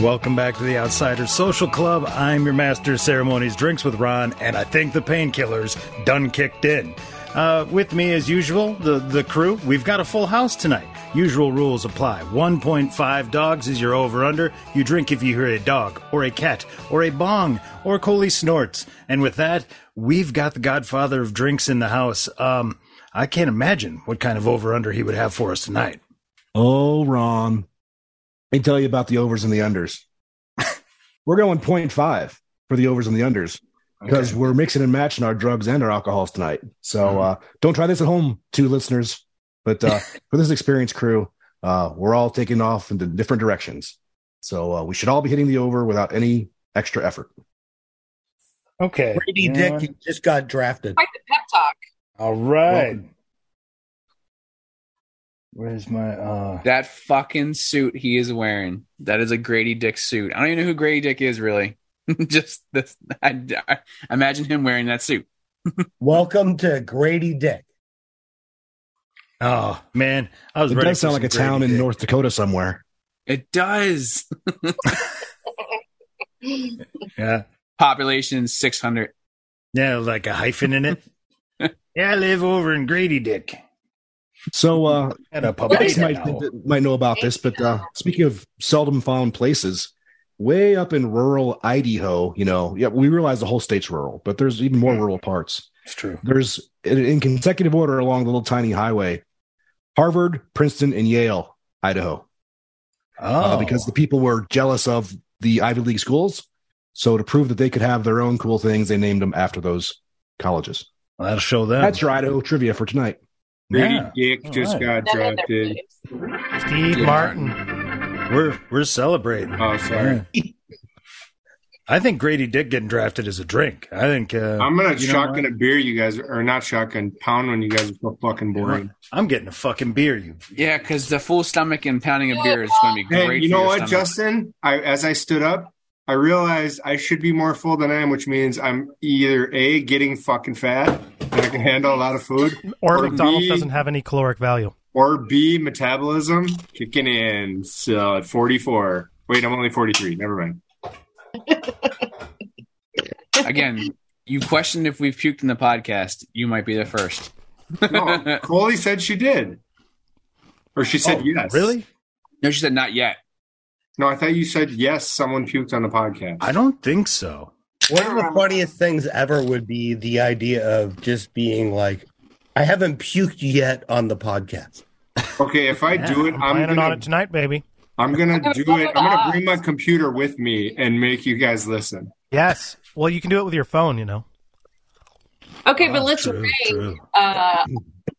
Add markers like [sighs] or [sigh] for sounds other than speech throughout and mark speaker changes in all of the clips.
Speaker 1: Welcome back to the Outsiders Social Club. I'm your master of ceremonies, drinks with Ron, and I think the painkillers done kicked in. Uh, with me, as usual, the, the crew. We've got a full house tonight. Usual rules apply. 1.5 dogs is your over under. You drink if you hear a dog, or a cat, or a bong, or Coley snorts. And with that, we've got the godfather of drinks in the house. Um, I can't imagine what kind of over under he would have for us tonight.
Speaker 2: Oh, Ron. Let me tell you about the overs and
Speaker 1: [laughs]
Speaker 2: the unders. we're going 0.5 for the overs and the unders because we're mixing and matching our drugs and our alcohols tonight. So
Speaker 1: Mm-hmm.
Speaker 2: uh, don't try this at home, two listeners.
Speaker 1: [laughs]
Speaker 2: But uh, for this experienced crew, uh, we're all taking off into different directions. So uh, we should all be hitting the over without any extra effort.
Speaker 1: Okay.
Speaker 3: Brady
Speaker 1: You know
Speaker 3: Dick
Speaker 1: what?
Speaker 3: he just got drafted.
Speaker 4: Quite the pep talk.
Speaker 1: All right.
Speaker 2: Welcome.
Speaker 1: Where's my uh
Speaker 5: That fucking suit he is wearing. That is a Grady Dick suit. I don't even know who Grady Dick is really. [laughs] Just this. I, I imagine him wearing that suit.
Speaker 3: Welcome to Grady Dick.
Speaker 1: Oh man, I was
Speaker 2: It
Speaker 1: ready
Speaker 2: does
Speaker 1: for
Speaker 2: sound
Speaker 1: some
Speaker 2: like a town
Speaker 1: Grady
Speaker 2: in
Speaker 1: Dick.
Speaker 2: North Dakota somewhere.
Speaker 5: It does. [laughs]
Speaker 1: Yeah.
Speaker 5: Population 600.
Speaker 1: Yeah, like a hyphen in
Speaker 2: [laughs]
Speaker 1: it. yeah, I live over in Grady Dick.
Speaker 2: So uh,
Speaker 1: At a
Speaker 2: Well,
Speaker 1: public
Speaker 2: Alex might,
Speaker 1: now.
Speaker 2: might know about this, but uh, speaking of seldom found places, way up in rural Idaho, you know, yeah, we realize the whole state's rural, but there's even
Speaker 5: Hmm.
Speaker 2: more rural parts.
Speaker 1: It's true.
Speaker 2: There's in, in consecutive order along the little tiny highway, Harvard, Princeton, and Yale, Idaho,
Speaker 1: Oh,
Speaker 2: uh, because the people were jealous of the Ivy League schools. So to prove that they could have their own cool things, they named them after those colleges.
Speaker 1: Well, that'll show them.
Speaker 2: That's your Idaho trivia for tonight.
Speaker 6: Grady
Speaker 1: Yeah.
Speaker 6: Dick
Speaker 1: All
Speaker 6: just
Speaker 1: right.
Speaker 6: got
Speaker 4: None of their
Speaker 6: drafted.
Speaker 4: motives.
Speaker 7: Steve
Speaker 5: Yeah.
Speaker 7: Martin.
Speaker 1: We're we're celebrating.
Speaker 6: Oh, sorry.
Speaker 1: [laughs] I think Grady Dick getting drafted is a drink. I think uh,
Speaker 6: I'm gonna
Speaker 1: you know
Speaker 6: shotgun
Speaker 1: what?
Speaker 6: a beer, you guys, or not shotgun, pound when you guys are so fucking boring.
Speaker 1: I'm getting a fucking beer. You
Speaker 5: Yeah, because the full stomach and pounding a beer is going to be great.
Speaker 6: Hey, you
Speaker 5: for
Speaker 6: know
Speaker 5: your
Speaker 6: what,
Speaker 5: stomach.
Speaker 6: Justin? I as I stood up, I realized I should be more full than I am, which means I'm either a getting fucking fat and I can handle a lot of food,
Speaker 8: Or,
Speaker 6: Or
Speaker 8: McDonald's
Speaker 6: me.
Speaker 8: doesn't have any caloric value.
Speaker 6: or b metabolism kicking in. So at 44. Wait, I'm only 43. Never mind.
Speaker 5: Again, you questioned if we've puked in the podcast. You might be the first.
Speaker 6: [laughs] No, Coley said she did, or she said yes.
Speaker 1: really?
Speaker 5: [laughs] No, she said not yet.
Speaker 6: No, I thought you said yes. Someone puked on the podcast.
Speaker 1: I don't think so.
Speaker 3: One of the funniest things ever would be the idea of just being like, I haven't puked yet on the podcast.
Speaker 6: Okay, if I do it, I'm
Speaker 8: Planning on
Speaker 6: gonna
Speaker 8: it tonight, baby.
Speaker 6: I'm gonna
Speaker 4: I'm
Speaker 6: do
Speaker 4: gonna
Speaker 6: it. I'm gonna
Speaker 4: laugh.
Speaker 6: bring my computer with me and make you guys listen.
Speaker 8: Yes. Well, you can do it with your phone, you know.
Speaker 4: Okay,
Speaker 1: Oh,
Speaker 4: but let's
Speaker 1: true,
Speaker 4: rank
Speaker 1: true.
Speaker 4: uh,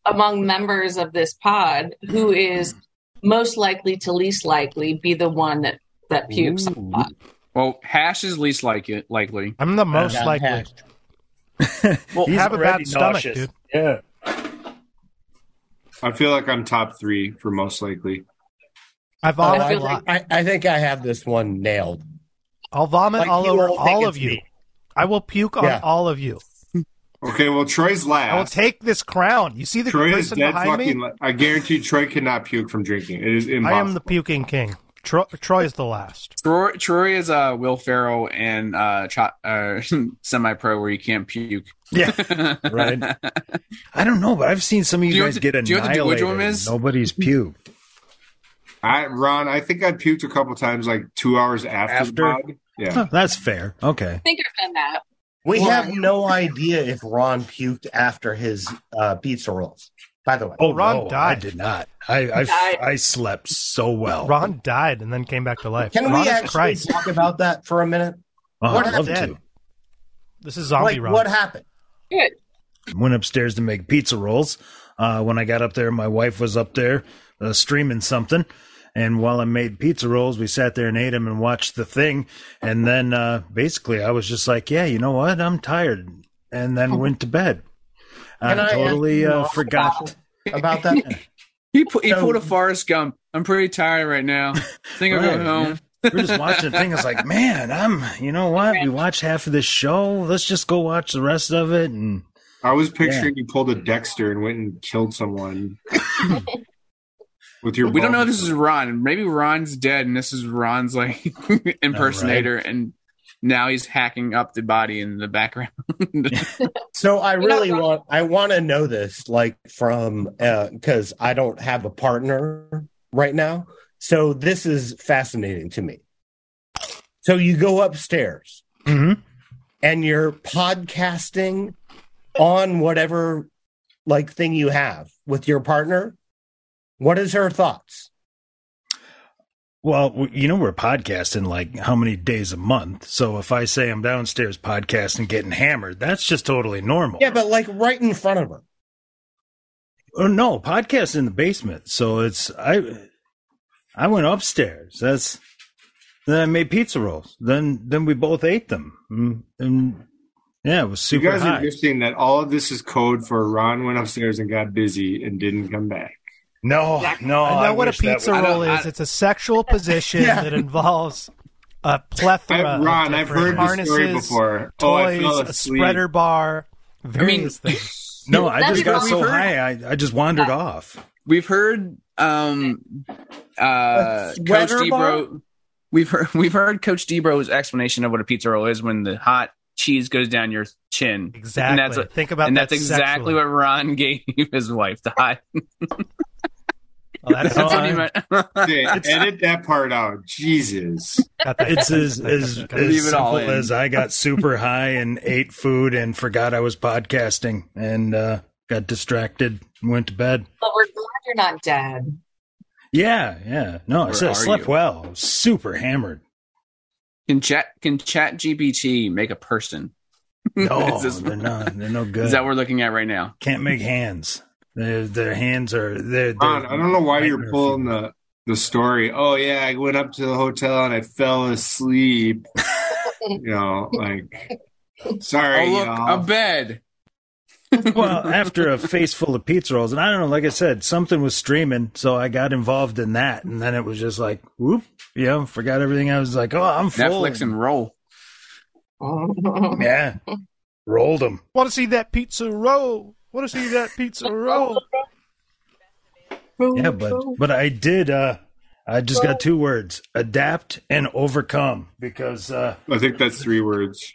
Speaker 4: among members of this pod who is most likely to least likely be the one that that pukes. on the pod.
Speaker 5: Well, hash is least like it, likely.
Speaker 8: I'm the most
Speaker 3: Got
Speaker 8: likely.
Speaker 3: hacked.
Speaker 1: Well,
Speaker 8: have a bad stomach, dude.
Speaker 1: Yeah.
Speaker 6: I feel like I'm top three for most likely.
Speaker 8: I
Speaker 3: Oh,
Speaker 8: vomit
Speaker 3: I,
Speaker 8: a lot.
Speaker 3: I, I think I have this one nailed.
Speaker 8: I'll vomit
Speaker 3: Like,
Speaker 8: all
Speaker 3: you
Speaker 8: over
Speaker 3: won't think
Speaker 8: all
Speaker 3: it's
Speaker 8: of you.
Speaker 3: me.
Speaker 8: I will puke on
Speaker 3: Yeah.
Speaker 8: all of you.
Speaker 6: Okay, well Troy's
Speaker 8: I will
Speaker 6: last.
Speaker 8: take this crown. You see the
Speaker 6: Troy is
Speaker 8: person
Speaker 6: dead
Speaker 8: behind me?
Speaker 6: fucking. La- I guarantee Troy cannot puke from drinking. It is
Speaker 8: I
Speaker 6: impossible.
Speaker 8: am the puking king. Tro- Troy is the last.
Speaker 5: Troy, Troy is uh, Will Ferrell and uh, cho- uh, [laughs] semi-pro where you can't puke. [laughs]
Speaker 1: Yeah. Right. I don't know, but I've seen some of you,
Speaker 5: Do you
Speaker 1: guys
Speaker 5: want
Speaker 1: get
Speaker 5: to- do you want to do which
Speaker 1: annihilated.
Speaker 5: one
Speaker 1: and
Speaker 5: is?
Speaker 1: Nobody's puked.
Speaker 6: I, Ron, I think I puked a couple times, like two hours after. The
Speaker 1: After?
Speaker 6: pod. Yeah.
Speaker 1: Huh, that's fair. Okay.
Speaker 4: I think I've done that.
Speaker 3: We
Speaker 4: Well,
Speaker 3: have no idea if Ron puked after his uh, pizza rolls. By the way,
Speaker 1: Oh,
Speaker 8: Ron
Speaker 1: no, I
Speaker 8: died.
Speaker 1: did not. I I,
Speaker 4: died.
Speaker 1: I slept so well.
Speaker 8: Ron died and then came back to life.
Speaker 3: can
Speaker 8: Ron
Speaker 3: we
Speaker 8: is
Speaker 3: actually
Speaker 8: Christ.
Speaker 3: talk about that for a minute?
Speaker 1: Oh,
Speaker 3: what
Speaker 1: I'd love
Speaker 8: happened?
Speaker 1: to.
Speaker 8: This is zombie
Speaker 3: like,
Speaker 8: Ron.
Speaker 3: what happened?
Speaker 4: Good.
Speaker 1: Went upstairs to make pizza rolls. Uh, when I got up there, my wife was up there uh, streaming something, And while I made pizza rolls, we sat there and ate them and watched the thing. And then uh, basically, I was just like, "Yeah, you know what? I'm tired," and then went to bed. I,
Speaker 3: Oh. Can I ask
Speaker 1: totally
Speaker 3: you
Speaker 1: uh,
Speaker 3: about-
Speaker 1: forgot.
Speaker 3: about
Speaker 8: [laughs]
Speaker 3: that.
Speaker 5: He, pu- he
Speaker 3: So-
Speaker 5: pulled a Forrest Gump. I'm pretty tired right
Speaker 8: [laughs]
Speaker 5: now. think I'll
Speaker 1: Right,
Speaker 5: go home.
Speaker 1: yeah. [laughs] We We're just watching the thing. It's like, man, I'm. You know what? We watched half of this show. Let's just go watch the rest of it. And
Speaker 6: I was picturing you pulled a Dexter and went and killed
Speaker 8: [laughs]
Speaker 6: someone with your.
Speaker 5: We don't know
Speaker 6: bow.
Speaker 5: if this is Ron. Maybe Ron's dead, and this is Ron's like [laughs] impersonator, and now he's hacking up the body in the background.
Speaker 3: So I
Speaker 4: You're not
Speaker 3: really
Speaker 4: wrong.
Speaker 3: want I want to know this like from because I don't have a partner right now. So this is fascinating to me. So you go upstairs
Speaker 6: Mm-hmm.
Speaker 1: Mhm.
Speaker 3: and you're podcasting on whatever like thing you have with your partner. What is her thoughts?
Speaker 1: well, w- you know, we're podcasting like how many days a month. So if I say I'm downstairs podcasting, getting hammered, that's just totally normal.
Speaker 3: Yeah, but like right in front of her.
Speaker 1: Oh no, podcast in the basement. So it's I I went upstairs. That's then I made pizza rolls. Then then we both ate them. Mm, And yeah, it was
Speaker 6: You
Speaker 1: super
Speaker 6: guys are
Speaker 1: high.
Speaker 6: missing that all of this is code for Ron went upstairs and got busy and didn't come back.
Speaker 1: no, no.
Speaker 8: I know what a
Speaker 1: wish that
Speaker 8: pizza
Speaker 1: was-
Speaker 5: Oh, I don't-
Speaker 8: roll is.
Speaker 5: I-
Speaker 8: it's
Speaker 6: [laughs]
Speaker 8: a sexual position that involves a plethora.
Speaker 6: I,
Speaker 8: of
Speaker 6: Ron, I've
Speaker 8: different
Speaker 6: heard this story
Speaker 8: harnesses,
Speaker 6: before. oh, I
Speaker 8: Toys,
Speaker 6: fell
Speaker 8: a
Speaker 6: asleep. [laughs]
Speaker 8: spreader bar,
Speaker 5: I mean,
Speaker 8: various things.
Speaker 1: no, I
Speaker 4: That's
Speaker 1: just got
Speaker 4: what
Speaker 1: so
Speaker 4: we've heard.
Speaker 1: high I, I just wandered off.
Speaker 5: we've heard um uh
Speaker 3: A
Speaker 5: Coach
Speaker 3: sweater
Speaker 5: Debro. We've heard we've heard Coach Debro's explanation of what a pizza roll is when the hot cheese goes down your chin. [laughs]
Speaker 8: Exactly.
Speaker 5: And that's what,
Speaker 8: Think about
Speaker 5: and
Speaker 8: that
Speaker 5: that's exactly
Speaker 8: sexually.
Speaker 5: what Ron [laughs] gave his wife. The hot.
Speaker 8: Well, Oh, that's-
Speaker 1: No,
Speaker 5: [laughs] That's what he
Speaker 1: I-
Speaker 5: meant.
Speaker 6: Hey, edit that part out. Jesus.
Speaker 8: got that-
Speaker 5: [laughs]
Speaker 1: It's as as,
Speaker 8: Leave
Speaker 1: as
Speaker 5: it all
Speaker 1: simple
Speaker 5: in. [laughs]
Speaker 1: as I got super high and ate food and forgot I was podcasting and uh, got distracted and went to bed.
Speaker 4: But we're glad you're not dead.
Speaker 1: Yeah, yeah. No, I
Speaker 5: Or
Speaker 1: said I
Speaker 5: are
Speaker 1: slept
Speaker 5: you?
Speaker 1: well. I was super hammered.
Speaker 5: Can chat can chat GPT make
Speaker 1: [laughs]
Speaker 5: a person?
Speaker 1: No,
Speaker 5: [laughs] Is this-
Speaker 1: they're not. They're no good.
Speaker 5: Is that what we're looking at right now?
Speaker 1: Can't make hands. Their their hands are. They're, they're
Speaker 6: Ron, I don't know why you're pulling the, the story. Oh yeah, I went up to the hotel and I fell
Speaker 8: [laughs]
Speaker 6: asleep. you know, like sorry,
Speaker 5: oh look,
Speaker 6: y'all.
Speaker 5: a bed.
Speaker 1: Well, after a face full of pizza rolls, and I don't know. Like I said, something was streaming, so I got involved in that, and then it was just like, whoop, you know, forgot everything. I was like, oh, I'm full.
Speaker 5: Netflix
Speaker 1: [laughs]
Speaker 5: and roll.
Speaker 1: yeah, rolled them.
Speaker 8: Want to see that pizza roll? Want to see that pizza roll?
Speaker 1: [laughs] Yeah, but but I did. uh I just got two words: adapt and overcome. Because uh
Speaker 6: I think that's three words.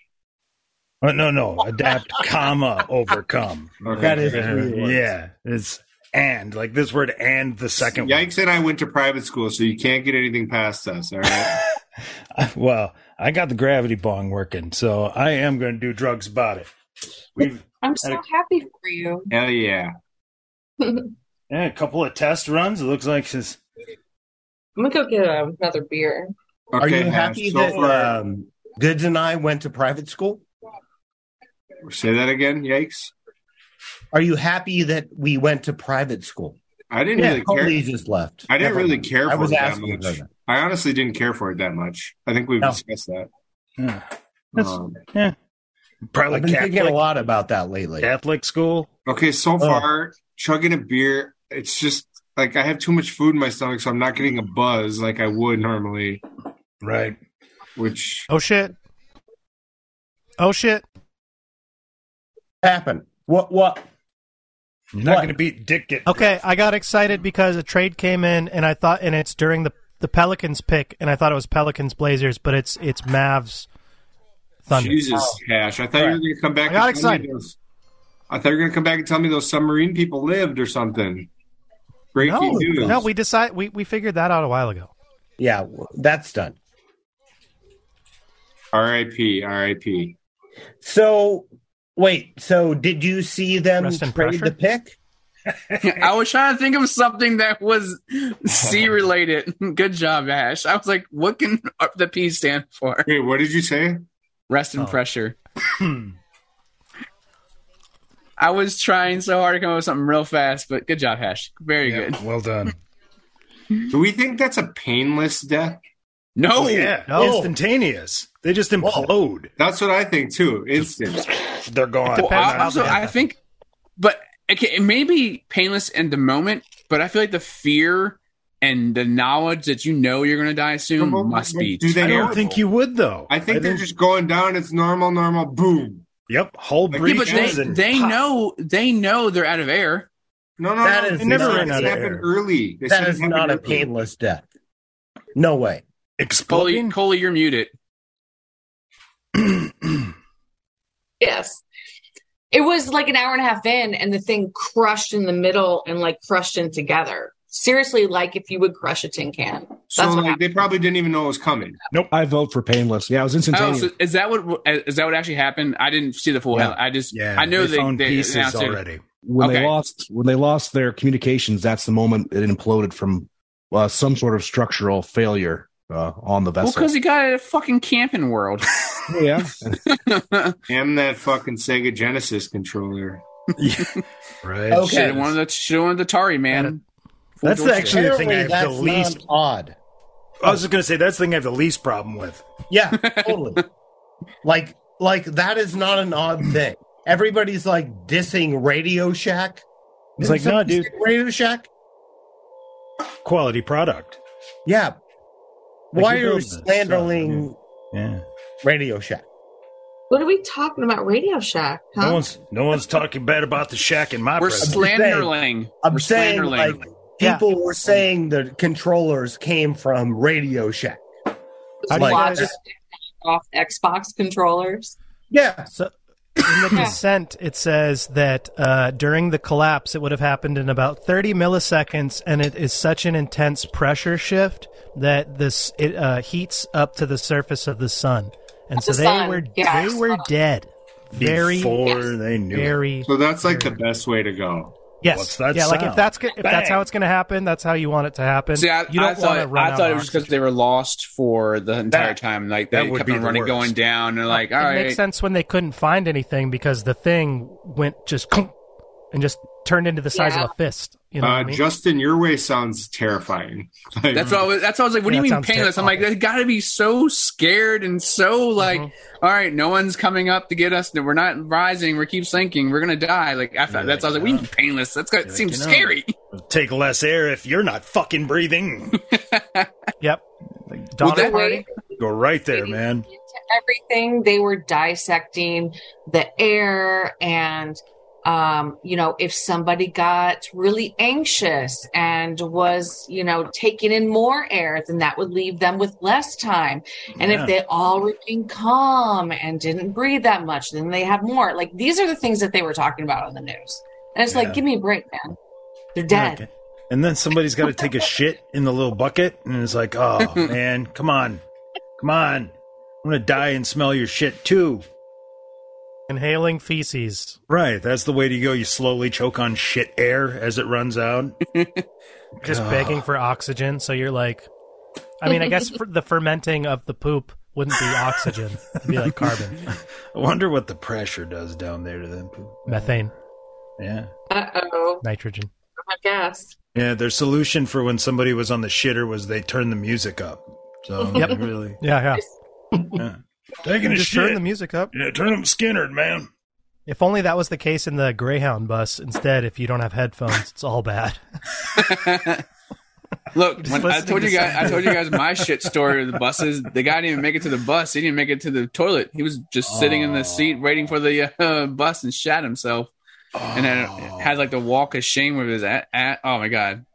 Speaker 1: oh, no, no, adapt, comma, overcome.
Speaker 6: Okay.
Speaker 3: That is
Speaker 1: yeah, it's and like this word and the second one.
Speaker 6: Yikes and I went to private school, so you can't get anything past us, all right?
Speaker 1: [laughs] [laughs] Well, I got the gravity bong working, so I am going to do drugs about it. We've
Speaker 4: I'm so happy for you.
Speaker 6: Hell yeah.
Speaker 1: had a couple of test runs. It looks like this.
Speaker 4: I'm gonna go get another beer.
Speaker 6: Okay,
Speaker 3: Are you
Speaker 6: Ash,
Speaker 3: happy
Speaker 6: so
Speaker 3: that
Speaker 6: far-
Speaker 3: um, Goods and I went to private school?
Speaker 6: say that again, yikes.
Speaker 3: Are you happy that we went to private school?
Speaker 6: I didn't
Speaker 3: Yeah,
Speaker 6: really care.
Speaker 3: totally just left.
Speaker 6: I didn't
Speaker 3: Never
Speaker 6: really
Speaker 3: mind.
Speaker 6: care
Speaker 3: I
Speaker 6: for
Speaker 3: was
Speaker 6: it that
Speaker 3: asking
Speaker 6: much.
Speaker 3: her that.
Speaker 6: I honestly didn't care for it that much. I think we've
Speaker 3: No.
Speaker 6: discussed that.
Speaker 1: Yeah, That's-
Speaker 6: Um,
Speaker 1: probably
Speaker 3: I've been
Speaker 1: Catholic,
Speaker 3: thinking a lot about that lately.
Speaker 1: Catholic school.
Speaker 6: Okay, so far chugging a beer, it's just like I have too much food in my stomach, so I'm not getting a buzz like I would normally.
Speaker 1: Right.
Speaker 6: Which
Speaker 8: Oh shit! Oh shit!
Speaker 3: What happened? What? What?
Speaker 1: You're not
Speaker 3: What?
Speaker 1: going to beat Dick. Get
Speaker 8: Okay, I got excited because a trade came in, and I thought, and it's during the the Pelicans pick, and I thought it was Pelicans Blazers, but it's it's Mavs Thunder.
Speaker 4: Oh.
Speaker 8: Oh.
Speaker 6: Jesus, Cash! I thought you were going to come back.
Speaker 8: I got
Speaker 6: and tell me
Speaker 8: excited.
Speaker 6: those- I thought you were going to come back and tell me those submarine people lived or something. Breaking
Speaker 8: No,
Speaker 6: news!
Speaker 8: no, we decide we we figured that out a while ago.
Speaker 3: Yeah, w- that's done.
Speaker 6: R.I.P. R.I.P.
Speaker 3: So, wait. So, did you see them
Speaker 8: Rest in
Speaker 3: trade
Speaker 8: pressure?
Speaker 3: the pick?
Speaker 5: I was trying to think of something that was C related. [laughs] Good job, Ash. I was like, what can [laughs] up the P stand for?
Speaker 6: Wait, what did you say?
Speaker 5: Rest
Speaker 1: Oh.
Speaker 5: and
Speaker 1: [clears throat]
Speaker 5: pressure. I was trying so hard to come up with something real fast, but good job, Hash. Very
Speaker 1: Yeah,
Speaker 5: good.
Speaker 1: Well done.
Speaker 6: Do we think that's a painless death?
Speaker 5: No,
Speaker 1: yeah,
Speaker 3: No.
Speaker 1: instantaneous. They just implode.
Speaker 6: That's what I think too. Instant.
Speaker 1: They're gone.
Speaker 5: Well, I, also, I think, but okay, it may be painless in the moment, but I feel like the fear and the knowledge that you know you're going to die soon
Speaker 6: Come on,
Speaker 5: must be.
Speaker 6: do they
Speaker 1: I
Speaker 5: terrible.
Speaker 1: don't think you would though.
Speaker 6: I think they're just going down. It's normal, normal. Boom.
Speaker 1: Yep, whole
Speaker 6: Yeah,
Speaker 5: Yeah, but they,
Speaker 1: breaches and
Speaker 5: they know they know they're out of air.
Speaker 6: No, no,
Speaker 3: That
Speaker 6: no.
Speaker 3: is
Speaker 6: they never
Speaker 1: not-
Speaker 6: ran out of air. early. They said
Speaker 3: That
Speaker 6: it
Speaker 3: is
Speaker 6: happened
Speaker 3: not a
Speaker 6: early.
Speaker 3: painless death. No way.
Speaker 5: Coley,
Speaker 1: exploding.
Speaker 5: Coley, you're muted.
Speaker 4: Yes. It was like an hour and a half in, and the thing crushed in the middle and like crushed in together. Seriously, like if you would crush a tin can. That's
Speaker 6: So
Speaker 4: what
Speaker 6: like,
Speaker 4: happened.
Speaker 6: they probably didn't even know it was coming.
Speaker 2: I vote for painless. Yeah, it was
Speaker 5: Oh,
Speaker 2: instantaneous.
Speaker 5: so is that what is that what actually happened? I didn't see the full.
Speaker 2: Yeah.
Speaker 5: headline. I just
Speaker 1: Yeah,
Speaker 5: I know
Speaker 1: they found pieces
Speaker 5: announced it.
Speaker 1: already.
Speaker 2: when
Speaker 5: Okay.
Speaker 2: they lost when they lost their communications, that's the moment it imploded from uh, some sort of structural failure uh, on the
Speaker 5: Well,
Speaker 2: vessel. Oh,
Speaker 5: because he got it at a fucking camping world.
Speaker 2: yeah,
Speaker 6: Damn that fucking Sega Genesis controller.
Speaker 1: Right.
Speaker 8: Oh.
Speaker 3: Okay.
Speaker 5: Should have wanted the should have wanted the Atari man. Full
Speaker 1: That's
Speaker 5: door shit.
Speaker 1: actually the thing I
Speaker 3: Apparently
Speaker 1: have the
Speaker 3: that's
Speaker 1: least.
Speaker 3: not odd.
Speaker 1: I was just gonna say that's the thing I have the least problem with.
Speaker 6: [laughs]
Speaker 3: Yeah, totally. like like that is not an odd thing. Everybody's like dissing Radio Shack.
Speaker 1: It's
Speaker 3: Didn't
Speaker 1: like, nah,
Speaker 3: somebody
Speaker 1: dude.
Speaker 3: say Radio Shack?
Speaker 1: Quality product.
Speaker 3: Yeah.
Speaker 1: Like,
Speaker 3: Why
Speaker 1: you're building
Speaker 3: are you
Speaker 1: this,
Speaker 3: slandering
Speaker 1: Yeah.
Speaker 3: Radio Shack?
Speaker 4: what are we talking about? Radio Shack, huh?
Speaker 1: No one's no one's talking bad about the shack in my
Speaker 5: We're
Speaker 1: presence.
Speaker 5: slandering.
Speaker 3: I'm
Speaker 5: We're
Speaker 3: saying
Speaker 5: slandering.
Speaker 3: like people were saying the controllers came from Radio Shack.
Speaker 4: Just
Speaker 3: like
Speaker 4: watch
Speaker 3: that.
Speaker 4: off Xbox controllers.
Speaker 3: Yeah.
Speaker 8: So in the descent, it says that uh, during the collapse, it would have happened in about 30 milliseconds, and it is such an intense pressure shift that this it uh, heats up to the surface of the sun, and so
Speaker 4: The
Speaker 8: they
Speaker 4: sun,
Speaker 8: were
Speaker 4: yeah.
Speaker 8: they were dead. Very,
Speaker 1: before they knew. it.
Speaker 8: very.
Speaker 6: So that's like the best way to go.
Speaker 8: Yes.
Speaker 1: What's that
Speaker 8: yeah. Like if
Speaker 1: sound?
Speaker 8: that's go- if that's
Speaker 1: Bang.
Speaker 8: how it's going to happen, that's how you want it to happen.
Speaker 5: See, I,
Speaker 8: you don't
Speaker 5: I
Speaker 8: want to
Speaker 5: thought,
Speaker 8: run
Speaker 5: I
Speaker 8: out
Speaker 5: thought it
Speaker 8: of
Speaker 5: was because they were lost for the entire time. Like
Speaker 1: that
Speaker 5: they
Speaker 1: would
Speaker 5: kept
Speaker 1: be
Speaker 5: on
Speaker 1: the
Speaker 5: running,
Speaker 1: worst.
Speaker 5: going down, and like, all
Speaker 8: it
Speaker 5: right,
Speaker 8: makes sense when they couldn't find anything because the thing went just and just turned into the size
Speaker 4: Yeah.
Speaker 8: of a fist. You know, what
Speaker 6: Uh,
Speaker 8: I mean?
Speaker 6: Justin, your way sounds terrifying. Like,
Speaker 5: That's what I was. That's what I was like. What
Speaker 8: Yeah,
Speaker 5: do you
Speaker 8: that
Speaker 5: mean
Speaker 8: sounds
Speaker 5: painless? I'm like,
Speaker 8: terrible. Mm-hmm.
Speaker 5: they got to be so scared and so like, all right, no one's coming up to get us. We're not rising. We keep sinking. We're gonna die. Like I thought, that's I was like,
Speaker 8: "Oh."
Speaker 5: we mean painless. That's gonna seem
Speaker 1: you know.
Speaker 5: scary. [laughs]
Speaker 1: Take less air if you're not fucking
Speaker 8: [laughs]
Speaker 1: breathing.
Speaker 8: yep. Dollar
Speaker 5: that-
Speaker 8: party.
Speaker 1: Go right there, man.
Speaker 4: into everything. They were dissecting the air and um, you know, if somebody got really anxious and was, you know, taking in more air, then that would leave them with less time. And
Speaker 1: Yeah.
Speaker 4: if they all remained calm and didn't breathe that much, then they had more. Like these are the things that they were talking about on the news. And it's
Speaker 1: Yeah.
Speaker 4: like, give me a break, man. They're dead.
Speaker 1: Okay. And then somebody's got to take a shit in the little bucket, and it's like, oh man, come on, come on, I'm gonna die and smell your shit too.
Speaker 8: Inhaling feces.
Speaker 1: Right, that's the way to go. You slowly choke on shit air as it runs out.
Speaker 8: Just
Speaker 1: God.
Speaker 8: begging for oxygen. So you're like, I mean, I guess for the fermenting of the poop wouldn't be oxygen. It'd be like carbon,
Speaker 5: [laughs]
Speaker 1: I wonder what the pressure does down there to them. people.
Speaker 8: methane,
Speaker 1: Yeah.
Speaker 4: Uh oh.
Speaker 8: nitrogen.
Speaker 4: I guess.
Speaker 1: Yeah, their solution for when somebody was on the shitter was they turned the music up. So
Speaker 8: Yep.
Speaker 1: really
Speaker 8: Yeah, yeah.
Speaker 1: yeah. taking a
Speaker 8: Just
Speaker 1: shit.
Speaker 8: turn the music up.
Speaker 1: yeah, turn them skinnered, man.
Speaker 8: If only that was the case in the Greyhound bus. Instead, if you don't have headphones, it's all bad.
Speaker 5: [laughs] Look,
Speaker 8: Just
Speaker 5: when I
Speaker 8: listening
Speaker 5: told
Speaker 8: to
Speaker 5: you guys, I
Speaker 8: sound.
Speaker 5: told you guys my
Speaker 8: [laughs]
Speaker 5: shit story of the buses. The guy didn't even make it to the bus. He didn't make it to the toilet. He was just sitting in the seat waiting for the uh, [laughs] bus and shat himself, and then had like the walk of shame with his. At, at, oh my god,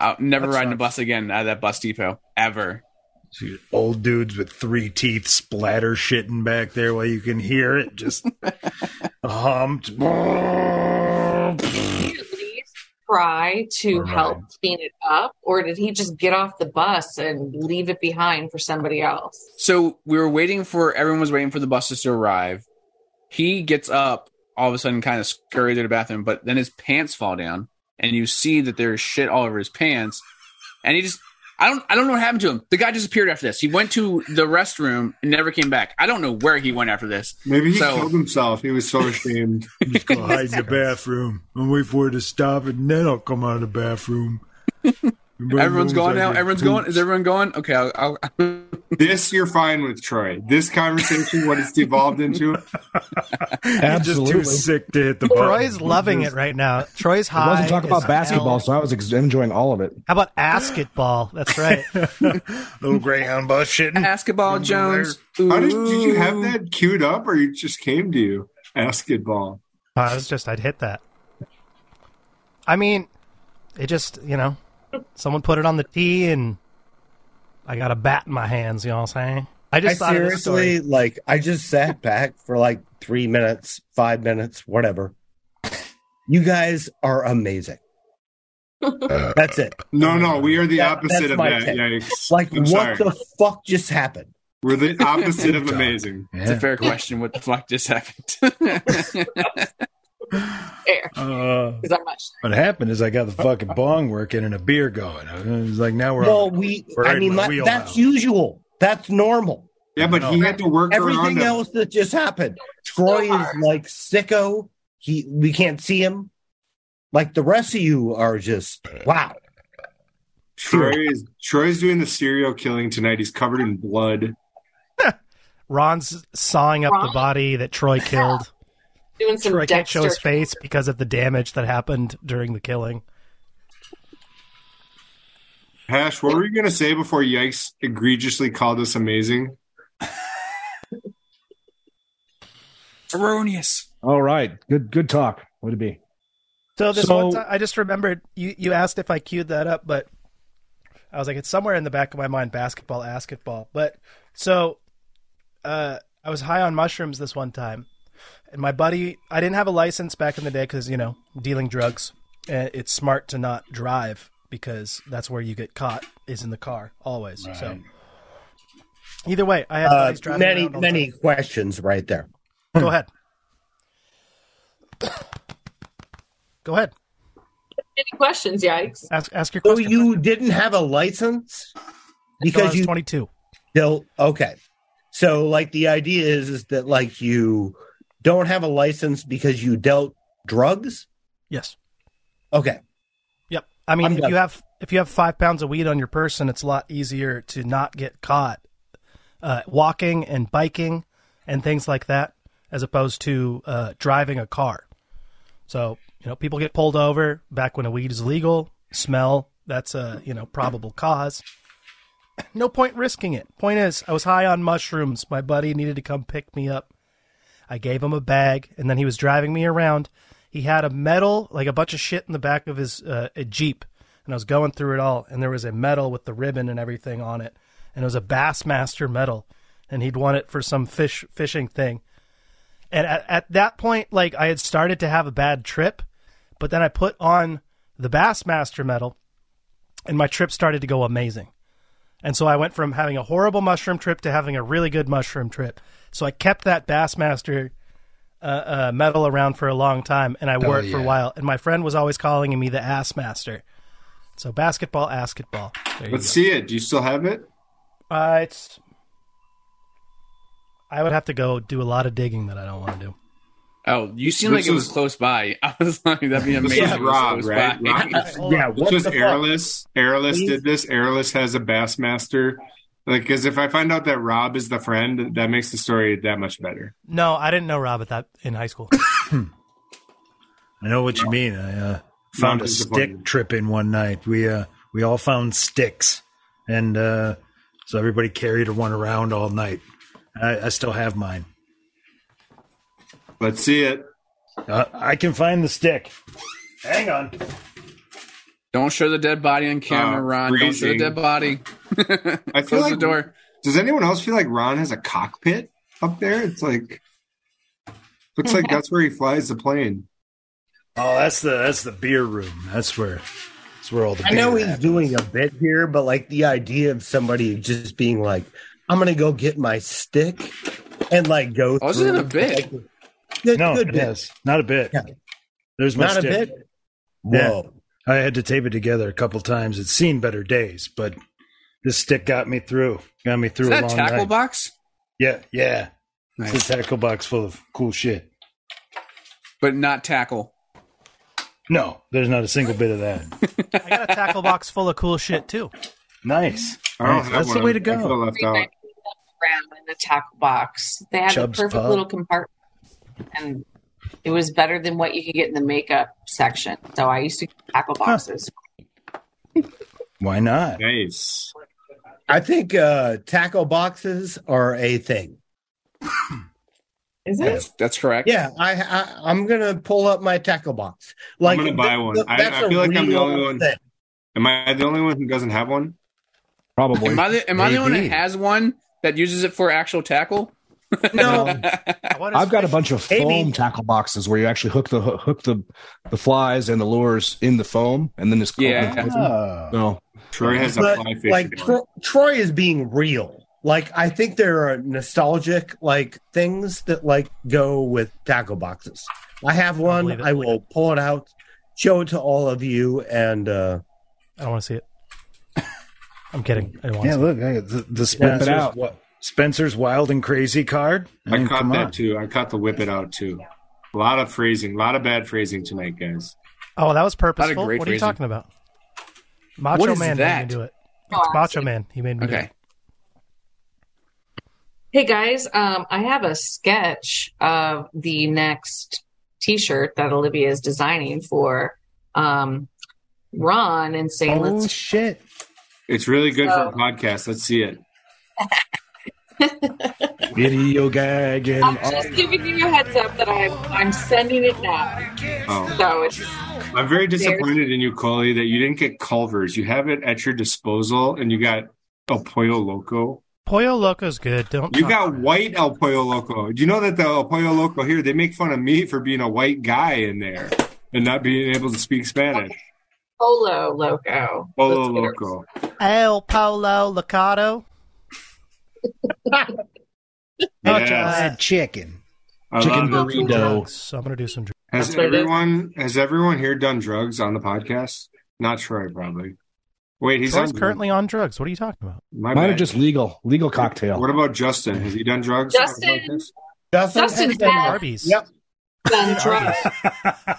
Speaker 5: I'll never
Speaker 8: That
Speaker 5: ride in a
Speaker 8: sucks.
Speaker 5: bus again out of that bus depot ever.
Speaker 1: Old dudes with three teeth splatter shitting back there while you can hear it. Just a hum.
Speaker 4: he at least try to help clean it up, or did he just get off the bus and leave it behind for somebody else?
Speaker 5: So we were waiting for everyone was waiting for the buses to arrive. He gets up, all of a sudden, kind of scurries to the bathroom, but then his pants fall down, and you see that there's shit all over his pants, and he just. I don't. I don't know what happened to him. The guy disappeared after this. He went to the restroom and never came back. I don't know where he went after this.
Speaker 6: maybe he
Speaker 5: So-
Speaker 6: killed himself. He was so
Speaker 8: [laughs]
Speaker 6: ashamed.
Speaker 1: Just go hide in the bathroom and wait for it to stop, and then I'll come out of the bathroom.
Speaker 5: Everyone's gone now. Everyone's going. Is everyone going? Okay, I'll, I'll,
Speaker 6: This you're fine with, Troy. This conversation, what it's devolved into.
Speaker 1: Absolutely. Just too sick to hit the button.
Speaker 8: Troy's loving it right now. Troy's high.
Speaker 2: I wasn't talking
Speaker 8: as
Speaker 2: about basketball,
Speaker 8: hell.
Speaker 2: so I was ex- enjoying all of it.
Speaker 8: How about basketball? That's right. Oh,
Speaker 1: Little Greyhound bus shitting.
Speaker 5: basketball Jones.
Speaker 6: How did, did you have
Speaker 5: Ooh.
Speaker 6: that queued up, or it just came to you? Basketball.
Speaker 8: I was just, I'd hit that. I mean, it just, you know, someone put it on the tee and I got a bat in my hands, you know what I'm saying? I
Speaker 3: I
Speaker 8: just thought of this
Speaker 3: seriously
Speaker 8: story.
Speaker 3: like. I just sat back for like three minutes, five minutes, whatever. You guys are amazing. That's it.
Speaker 6: No, no, we are the
Speaker 3: That-
Speaker 6: opposite
Speaker 3: that's
Speaker 6: of
Speaker 3: my
Speaker 6: that.
Speaker 3: take.
Speaker 6: Yikes!
Speaker 3: Like,
Speaker 6: I'm
Speaker 3: what
Speaker 6: sorry.
Speaker 3: the fuck just happened?
Speaker 6: We're
Speaker 3: [laughs]
Speaker 6: the opposite of amazing.
Speaker 5: It's a fair question. What the fuck just happened?
Speaker 6: [laughs]
Speaker 5: [laughs]
Speaker 4: Fair,
Speaker 1: Uh,
Speaker 4: because I'm not sure.
Speaker 1: what happened is I got the fucking bong working and a beer going. It was like now we're
Speaker 3: Well,
Speaker 1: on.
Speaker 3: we.
Speaker 1: we're
Speaker 3: I
Speaker 1: in
Speaker 3: mean,
Speaker 1: my
Speaker 3: that-
Speaker 1: wheelhouse.
Speaker 3: that's usual. That's normal.
Speaker 6: Yeah, but he had to work around
Speaker 3: Everything
Speaker 6: him.
Speaker 3: else that just happened. Troy is
Speaker 4: hard.
Speaker 3: like sicko. He we can't see him. Like the rest of you are just wow.
Speaker 6: Troy is Troy's doing the serial killing tonight. He's covered in blood.
Speaker 8: Ron's sawing up the
Speaker 4: Ron?
Speaker 8: body that Troy killed.
Speaker 4: Doing some
Speaker 8: Troy can't show
Speaker 4: Dexter.
Speaker 8: his face because of the damage that happened during the killing.
Speaker 6: Hash, what were you gonna say before Yikes egregiously called us amazing?
Speaker 5: Erroneous.
Speaker 2: All right, good good talk. Would it be?
Speaker 8: So this
Speaker 2: So-
Speaker 8: one time, I just remembered you, you asked if I queued that up, but I was like, it's somewhere in the back of my mind, basketball, basketball. But so uh, I was high on mushrooms this one time, and my buddy, I didn't have a license back in the day because you know dealing drugs, uh, it's smart to not drive because that's where you get caught is in the car always. So either way, I had
Speaker 3: Uh,
Speaker 8: buddies driving
Speaker 3: many
Speaker 8: around all the
Speaker 3: many questions right there.
Speaker 8: time. Go ahead. [coughs] Go ahead.
Speaker 4: Any questions? Yikes!
Speaker 8: Ask ask your
Speaker 3: So
Speaker 8: question.
Speaker 3: you didn't have a license
Speaker 8: Until I
Speaker 3: because
Speaker 8: was
Speaker 3: you
Speaker 8: 22.
Speaker 3: still okay. So like the idea is is that like you don't have a license because you dealt drugs.
Speaker 8: Yes.
Speaker 3: Okay,
Speaker 8: Yep. I mean,
Speaker 3: I'm
Speaker 8: if
Speaker 3: done.
Speaker 8: you have if you have five pounds of weed on your person, it's a lot easier to not get caught uh, walking and biking and things like that, as opposed to uh, driving a car. So you know, people get pulled over back when a weed is legal. Smell that's a you know probable cause. [coughs] No point risking it. Point is, I was high on mushrooms. My buddy needed to come pick me up. I gave him a bag, and then he was driving me around. He had a metal, like a bunch of shit in the back of his uh, a Jeep, and I was going through it all, and there was a medal with the ribbon and everything on it, and it was a Bassmaster medal, and he'd won it for some fish fishing thing. And at, at that point, like I had started to have a bad trip, but then I put on the Bassmaster medal, and my trip started to go amazing. And so I went from having a horrible mushroom trip to having a really good mushroom trip. So I kept that Bassmaster uh, uh, medal around for a long time, and I wore it for a while. And my friend was always calling me the Ass Master. So basketball, basketball. There you
Speaker 6: Let's
Speaker 8: go.
Speaker 6: see it. Do you still have it?
Speaker 8: Uh, it's. I would have to go do a lot of digging that I don't want to do.
Speaker 5: Oh, you seem
Speaker 6: This
Speaker 5: like it was
Speaker 6: is-
Speaker 5: close by. [laughs] I was like, that'd be amazing.
Speaker 6: is
Speaker 5: if it was
Speaker 6: Rob,
Speaker 5: close
Speaker 6: right?
Speaker 5: by.
Speaker 6: Rob is-
Speaker 3: yeah. What
Speaker 6: Just
Speaker 3: the fuck?
Speaker 6: airless. Airless did this. Airless has a Bassmaster. Like, because if I find out that Rob is the friend, that makes the story that much better.
Speaker 8: No, I didn't know Rob at that in high school.
Speaker 1: I know what you mean. I uh, found a stick
Speaker 6: disappointed.
Speaker 1: tripping one night. We uh, we all found sticks, and uh, so everybody carried one around all night. I, I still have mine.
Speaker 6: Let's see it.
Speaker 1: Uh, I can find the stick. Hang on.
Speaker 5: [laughs] Don't show the dead body on camera,
Speaker 6: Oh,
Speaker 5: Ron. Don't show the
Speaker 6: freezing.
Speaker 5: dead body.
Speaker 6: I feel
Speaker 5: Close
Speaker 6: like
Speaker 5: the door.
Speaker 6: Does anyone else feel like Ron has a cockpit up there? It's like looks like that's where he flies the plane.
Speaker 1: Oh, that's the that's the beer room. That's where that's where all the.
Speaker 3: I know
Speaker 1: beer
Speaker 3: he's
Speaker 1: happens.
Speaker 3: doing a bit here, but like the idea of somebody just being like, "I'm gonna go get my stick," and like go.
Speaker 5: Oh, this isn't
Speaker 3: through-
Speaker 5: a bit.
Speaker 3: Good,
Speaker 1: No,
Speaker 3: good
Speaker 1: it
Speaker 3: bit.
Speaker 1: is. not a bit.
Speaker 3: Yeah.
Speaker 1: There's my
Speaker 3: Not a
Speaker 1: stick.
Speaker 3: bit.
Speaker 1: Yeah.
Speaker 3: Whoa!
Speaker 1: I had to tape it together a couple times. It's seen better days, but this stick got me through. Got me through
Speaker 5: Is that
Speaker 1: a
Speaker 5: a
Speaker 1: long
Speaker 5: tackle
Speaker 1: night.
Speaker 5: box?
Speaker 1: Yeah, yeah.
Speaker 5: Nice.
Speaker 1: It's a tackle box full of cool shit.
Speaker 5: But not tackle.
Speaker 1: No, there's not a single bit of that.
Speaker 8: I got a tackle box full of cool shit too.
Speaker 1: Nice.
Speaker 6: I don't
Speaker 1: Nice.
Speaker 6: have
Speaker 1: That's the
Speaker 6: Oh, one.
Speaker 1: way to
Speaker 6: I feel
Speaker 1: go.
Speaker 6: left
Speaker 4: Around
Speaker 6: out.
Speaker 4: in the tackle box. They had
Speaker 1: Chubb's
Speaker 4: the perfect
Speaker 1: Pub.
Speaker 4: little compartment, and it was better than what you could get in the makeup section. So I used to get tackle boxes.
Speaker 1: Why not?
Speaker 6: Nice.
Speaker 3: I think uh, tackle boxes are a thing.
Speaker 4: Is it?
Speaker 5: That's, that's correct.
Speaker 3: Yeah, I, I I'm gonna pull up my tackle box. Like
Speaker 6: gonna buy one. I-
Speaker 3: that's
Speaker 6: I feel
Speaker 3: a
Speaker 6: like I'm the
Speaker 3: real
Speaker 6: only one.
Speaker 3: thing.
Speaker 6: Am I the only one who doesn't have one?
Speaker 2: Probably.
Speaker 5: Am I the, am I the one that
Speaker 1: Maybe.
Speaker 5: has one that uses it for actual tackle?
Speaker 1: [laughs]
Speaker 3: No,
Speaker 8: What is
Speaker 2: I've got a bunch of foam
Speaker 3: Maybe.
Speaker 2: tackle boxes where you actually hook the hook the the flies and the lures in the foam, and then just
Speaker 5: Yeah.
Speaker 1: Oh.
Speaker 2: No,
Speaker 6: Troy has a
Speaker 3: but
Speaker 6: fly fishing
Speaker 3: like
Speaker 6: one.
Speaker 3: Tro- Troy is being real. Like I think there are nostalgic like things that like go with tackle boxes. I have one.
Speaker 8: believe it.
Speaker 3: I will pull it out, show it to all of you, and uh,
Speaker 8: I don't want to see it. I'm kidding. I don't want
Speaker 1: Yeah,
Speaker 8: to.
Speaker 1: look, I, the, the Spencer's,
Speaker 2: out.
Speaker 1: what- Spencer's Wild and Crazy card.
Speaker 6: I
Speaker 1: mean,
Speaker 6: caught
Speaker 1: come
Speaker 6: that
Speaker 1: on.
Speaker 6: too. I caught the whip it out too. A lot of phrasing, a lot of bad phrasing tonight, guys.
Speaker 8: Oh, that was purposeful. What
Speaker 5: great
Speaker 8: are you
Speaker 5: phrasing.
Speaker 8: talking about? Macho
Speaker 5: is
Speaker 8: Man
Speaker 5: that?
Speaker 8: made me do it.
Speaker 4: Oh, I
Speaker 8: Macho Man, he made me do
Speaker 5: Okay.
Speaker 8: it.
Speaker 4: Hey guys, um, I have a sketch of the next T-shirt that Olivia is designing for um, Ron and saying,
Speaker 1: Oh,
Speaker 4: "Let's."
Speaker 1: shit.
Speaker 6: It's really good for
Speaker 4: So-
Speaker 6: a podcast. Let's see it.
Speaker 2: video gag and
Speaker 4: I'm just giving you a heads up that I'm I'm sending it now.
Speaker 6: Oh,
Speaker 4: So it's
Speaker 6: I'm very disappointed in you, Coley, that you didn't get Culver's. You have it at your disposal, and you got El Pollo Loco.
Speaker 8: Pollo Loco's good. Don't
Speaker 6: You
Speaker 8: talk
Speaker 6: got
Speaker 8: about it.
Speaker 6: white El Pollo Loco. Do you know that the El Pollo Loco here they make fun of me for being a white guy in there and not being able to speak Spanish?
Speaker 4: Polo Loco.
Speaker 6: Pollo
Speaker 4: Let's get it.
Speaker 6: Loco.
Speaker 8: El Polo Locato.
Speaker 6: Yes,
Speaker 1: Fried chicken.
Speaker 6: I
Speaker 2: chicken
Speaker 6: love it.
Speaker 2: burrito.
Speaker 8: So I'm gonna do some. dr-
Speaker 6: Has
Speaker 4: That's what it is.
Speaker 6: everyone has everyone here done drugs on the podcast? Not Troy, probably. Wait, he's
Speaker 8: Troy's
Speaker 6: on-
Speaker 8: currently on drugs. What are you talking about?
Speaker 6: My
Speaker 2: Mine are
Speaker 6: bad.
Speaker 2: just legal, legal cocktail.
Speaker 6: What about Justin? Has he done drugs?
Speaker 4: Justin!
Speaker 3: Dustin,
Speaker 4: Justin
Speaker 3: hey,
Speaker 4: had
Speaker 8: Arby's.
Speaker 3: Yep.
Speaker 4: been drugged.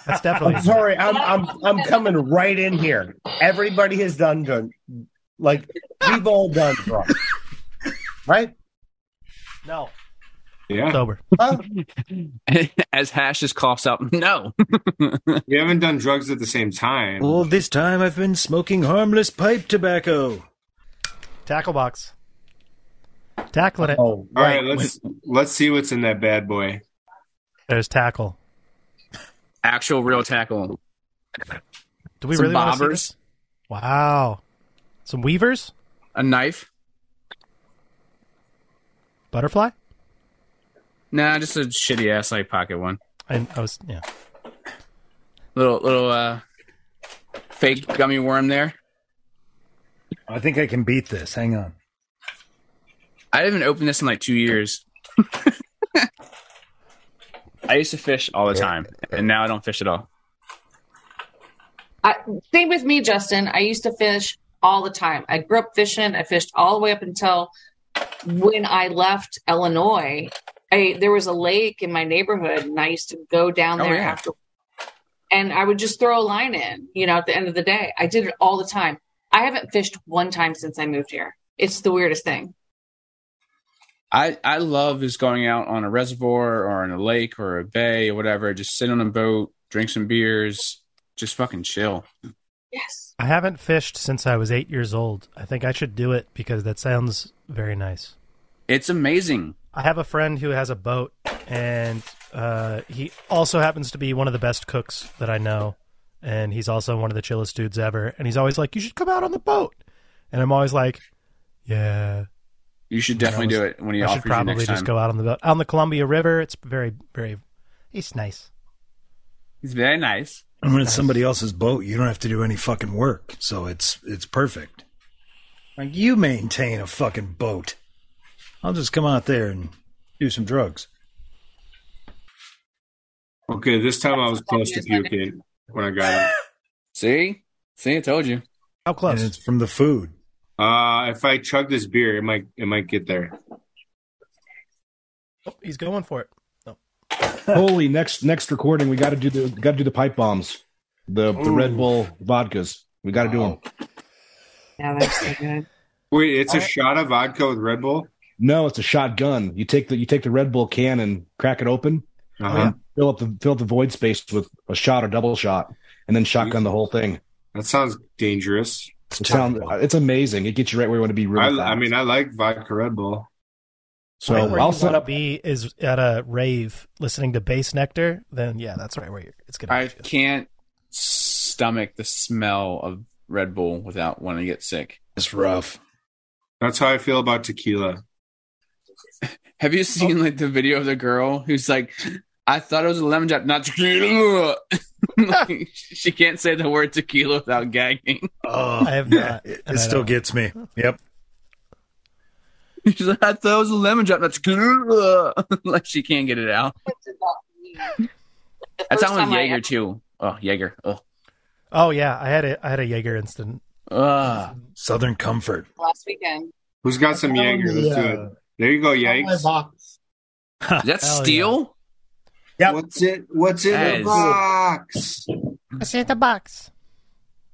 Speaker 8: That's
Speaker 3: [laughs]
Speaker 8: definitely.
Speaker 3: I'm sorry, I'm I'm I'm coming right in here. Everybody has done done like we've all done wrong. Right?
Speaker 8: No.
Speaker 6: Yeah,
Speaker 8: Sober.
Speaker 3: Huh?
Speaker 5: [laughs] As Hash just coughs out, [laughs] no.
Speaker 6: we haven't done drugs at the same time.
Speaker 1: All this time I've been smoking harmless pipe tobacco.
Speaker 8: Tackle box. Tackling it.
Speaker 3: Oh,
Speaker 6: All
Speaker 3: right.
Speaker 6: right, let's let's see what's in that bad boy.
Speaker 8: There's tackle.
Speaker 5: Actual real tackle.
Speaker 8: Do we
Speaker 5: Some
Speaker 8: really want to see
Speaker 5: bobbers.
Speaker 8: this? Wow. Some weavers.
Speaker 5: A knife.
Speaker 8: Butterfly.
Speaker 5: Nah, just a shitty ass like pocket one.
Speaker 8: I, I was yeah.
Speaker 5: Little little uh fake gummy worm there.
Speaker 1: I think I can beat this. Hang on.
Speaker 5: I haven't opened this in like two years. I used to fish all the time, and now I don't fish at all.
Speaker 4: I, same with me, Justin. I used to fish all the time. I grew up fishing. I fished all the way up until when I left Illinois. I, there was a lake in my neighborhood, and I used to go down
Speaker 5: Oh,
Speaker 4: there
Speaker 5: yeah.
Speaker 4: after. And I would just throw a line in, you know, at the end of the day. I did it all the time. I haven't fished one time since I moved here. It's the weirdest thing.
Speaker 5: I I love is going out on a reservoir or in a lake or a bay or whatever. Just sit on a boat, drink some beers, just fucking chill.
Speaker 4: Yes.
Speaker 8: I haven't fished since I was eight years old. I think I should do it because that sounds very nice.
Speaker 5: It's amazing.
Speaker 8: I have a friend who has a boat, and uh, he also happens to be one of the best cooks that I know. And he's also one of the chillest dudes ever. And he's always like, "You should come out on the boat," and I'm always like, "Yeah,
Speaker 5: You should definitely do it when he
Speaker 8: I
Speaker 5: offers
Speaker 8: should
Speaker 5: you
Speaker 8: probably
Speaker 5: next
Speaker 8: just
Speaker 5: time.
Speaker 8: go out on the boat on the Columbia River. It's very, very, it's nice."
Speaker 5: It's very nice.
Speaker 1: I'm in somebody else's boat. You don't have to do any fucking work, so it's it's perfect. Like you maintain a fucking boat. I'll just come out there and do some drugs.
Speaker 6: Okay, this time I was close to puking when I got it.
Speaker 5: See, see, I told you.
Speaker 8: How close?
Speaker 1: And it's from the food.
Speaker 6: Uh, if I chug this beer, it might it might get there.
Speaker 8: Oh, he's going for it.
Speaker 2: Holy, next next recording, we got to do the got to do the pipe bombs. The, the Red Bull vodkas. We got to do them.
Speaker 4: Yeah, that's so [laughs] good.
Speaker 6: Wait, it's a shot of vodka with Red Bull.
Speaker 2: No, it's a shotgun. You take the you take the Red Bull can and crack it open,
Speaker 6: Uh-huh.
Speaker 2: fill up the fill up the void space with a shot or double shot, and then shotgun the whole thing.
Speaker 6: That sounds dangerous.
Speaker 2: It sound, it's amazing. It gets you right where you want to be.
Speaker 6: I,
Speaker 2: Really
Speaker 6: I
Speaker 2: fast.
Speaker 6: mean, I like vodka Red Bull.
Speaker 2: so
Speaker 8: right where
Speaker 2: I'll
Speaker 8: you
Speaker 2: set
Speaker 8: wanna
Speaker 2: up.
Speaker 8: be is at a rave listening to bass nectar, then yeah, that's right where you're, it's gonna.
Speaker 5: I
Speaker 8: I,
Speaker 5: can't stomach the smell of Red Bull without wanting to get sick.
Speaker 9: It's rough.
Speaker 6: That's how I feel about tequila.
Speaker 5: Have you seen
Speaker 4: Oh.
Speaker 5: like the video of the girl who's like, I thought it was a lemon drop, not tequila. [laughs] like, she can't say the word tequila without gagging. [laughs]
Speaker 1: Oh,
Speaker 8: I have
Speaker 1: [laughs]
Speaker 8: not.
Speaker 1: It,
Speaker 8: and
Speaker 1: it
Speaker 8: I
Speaker 1: still
Speaker 8: don't.
Speaker 1: gets me. Yep.
Speaker 5: She's like, I thought it was a lemon drop, not tequila. [laughs] like she can't get it out.
Speaker 4: It's about me. The
Speaker 5: That's
Speaker 4: first
Speaker 5: how I'm
Speaker 4: time I-
Speaker 5: Jaeger too. Oh, Jaeger.
Speaker 8: [laughs]
Speaker 5: Oh.
Speaker 8: Oh yeah, I had a I had a Jaeger instant.
Speaker 5: Uh,
Speaker 1: Southern comfort.
Speaker 4: last weekend.
Speaker 6: Who's got
Speaker 3: Oh,
Speaker 6: some Jaeger? Let's do
Speaker 8: uh,
Speaker 6: it. There you go, Yikes.
Speaker 5: is that
Speaker 8: Hell
Speaker 5: steel?
Speaker 1: Yep.
Speaker 6: What's it? What's in
Speaker 5: That
Speaker 6: the
Speaker 5: is-
Speaker 6: box?
Speaker 8: It's in the box.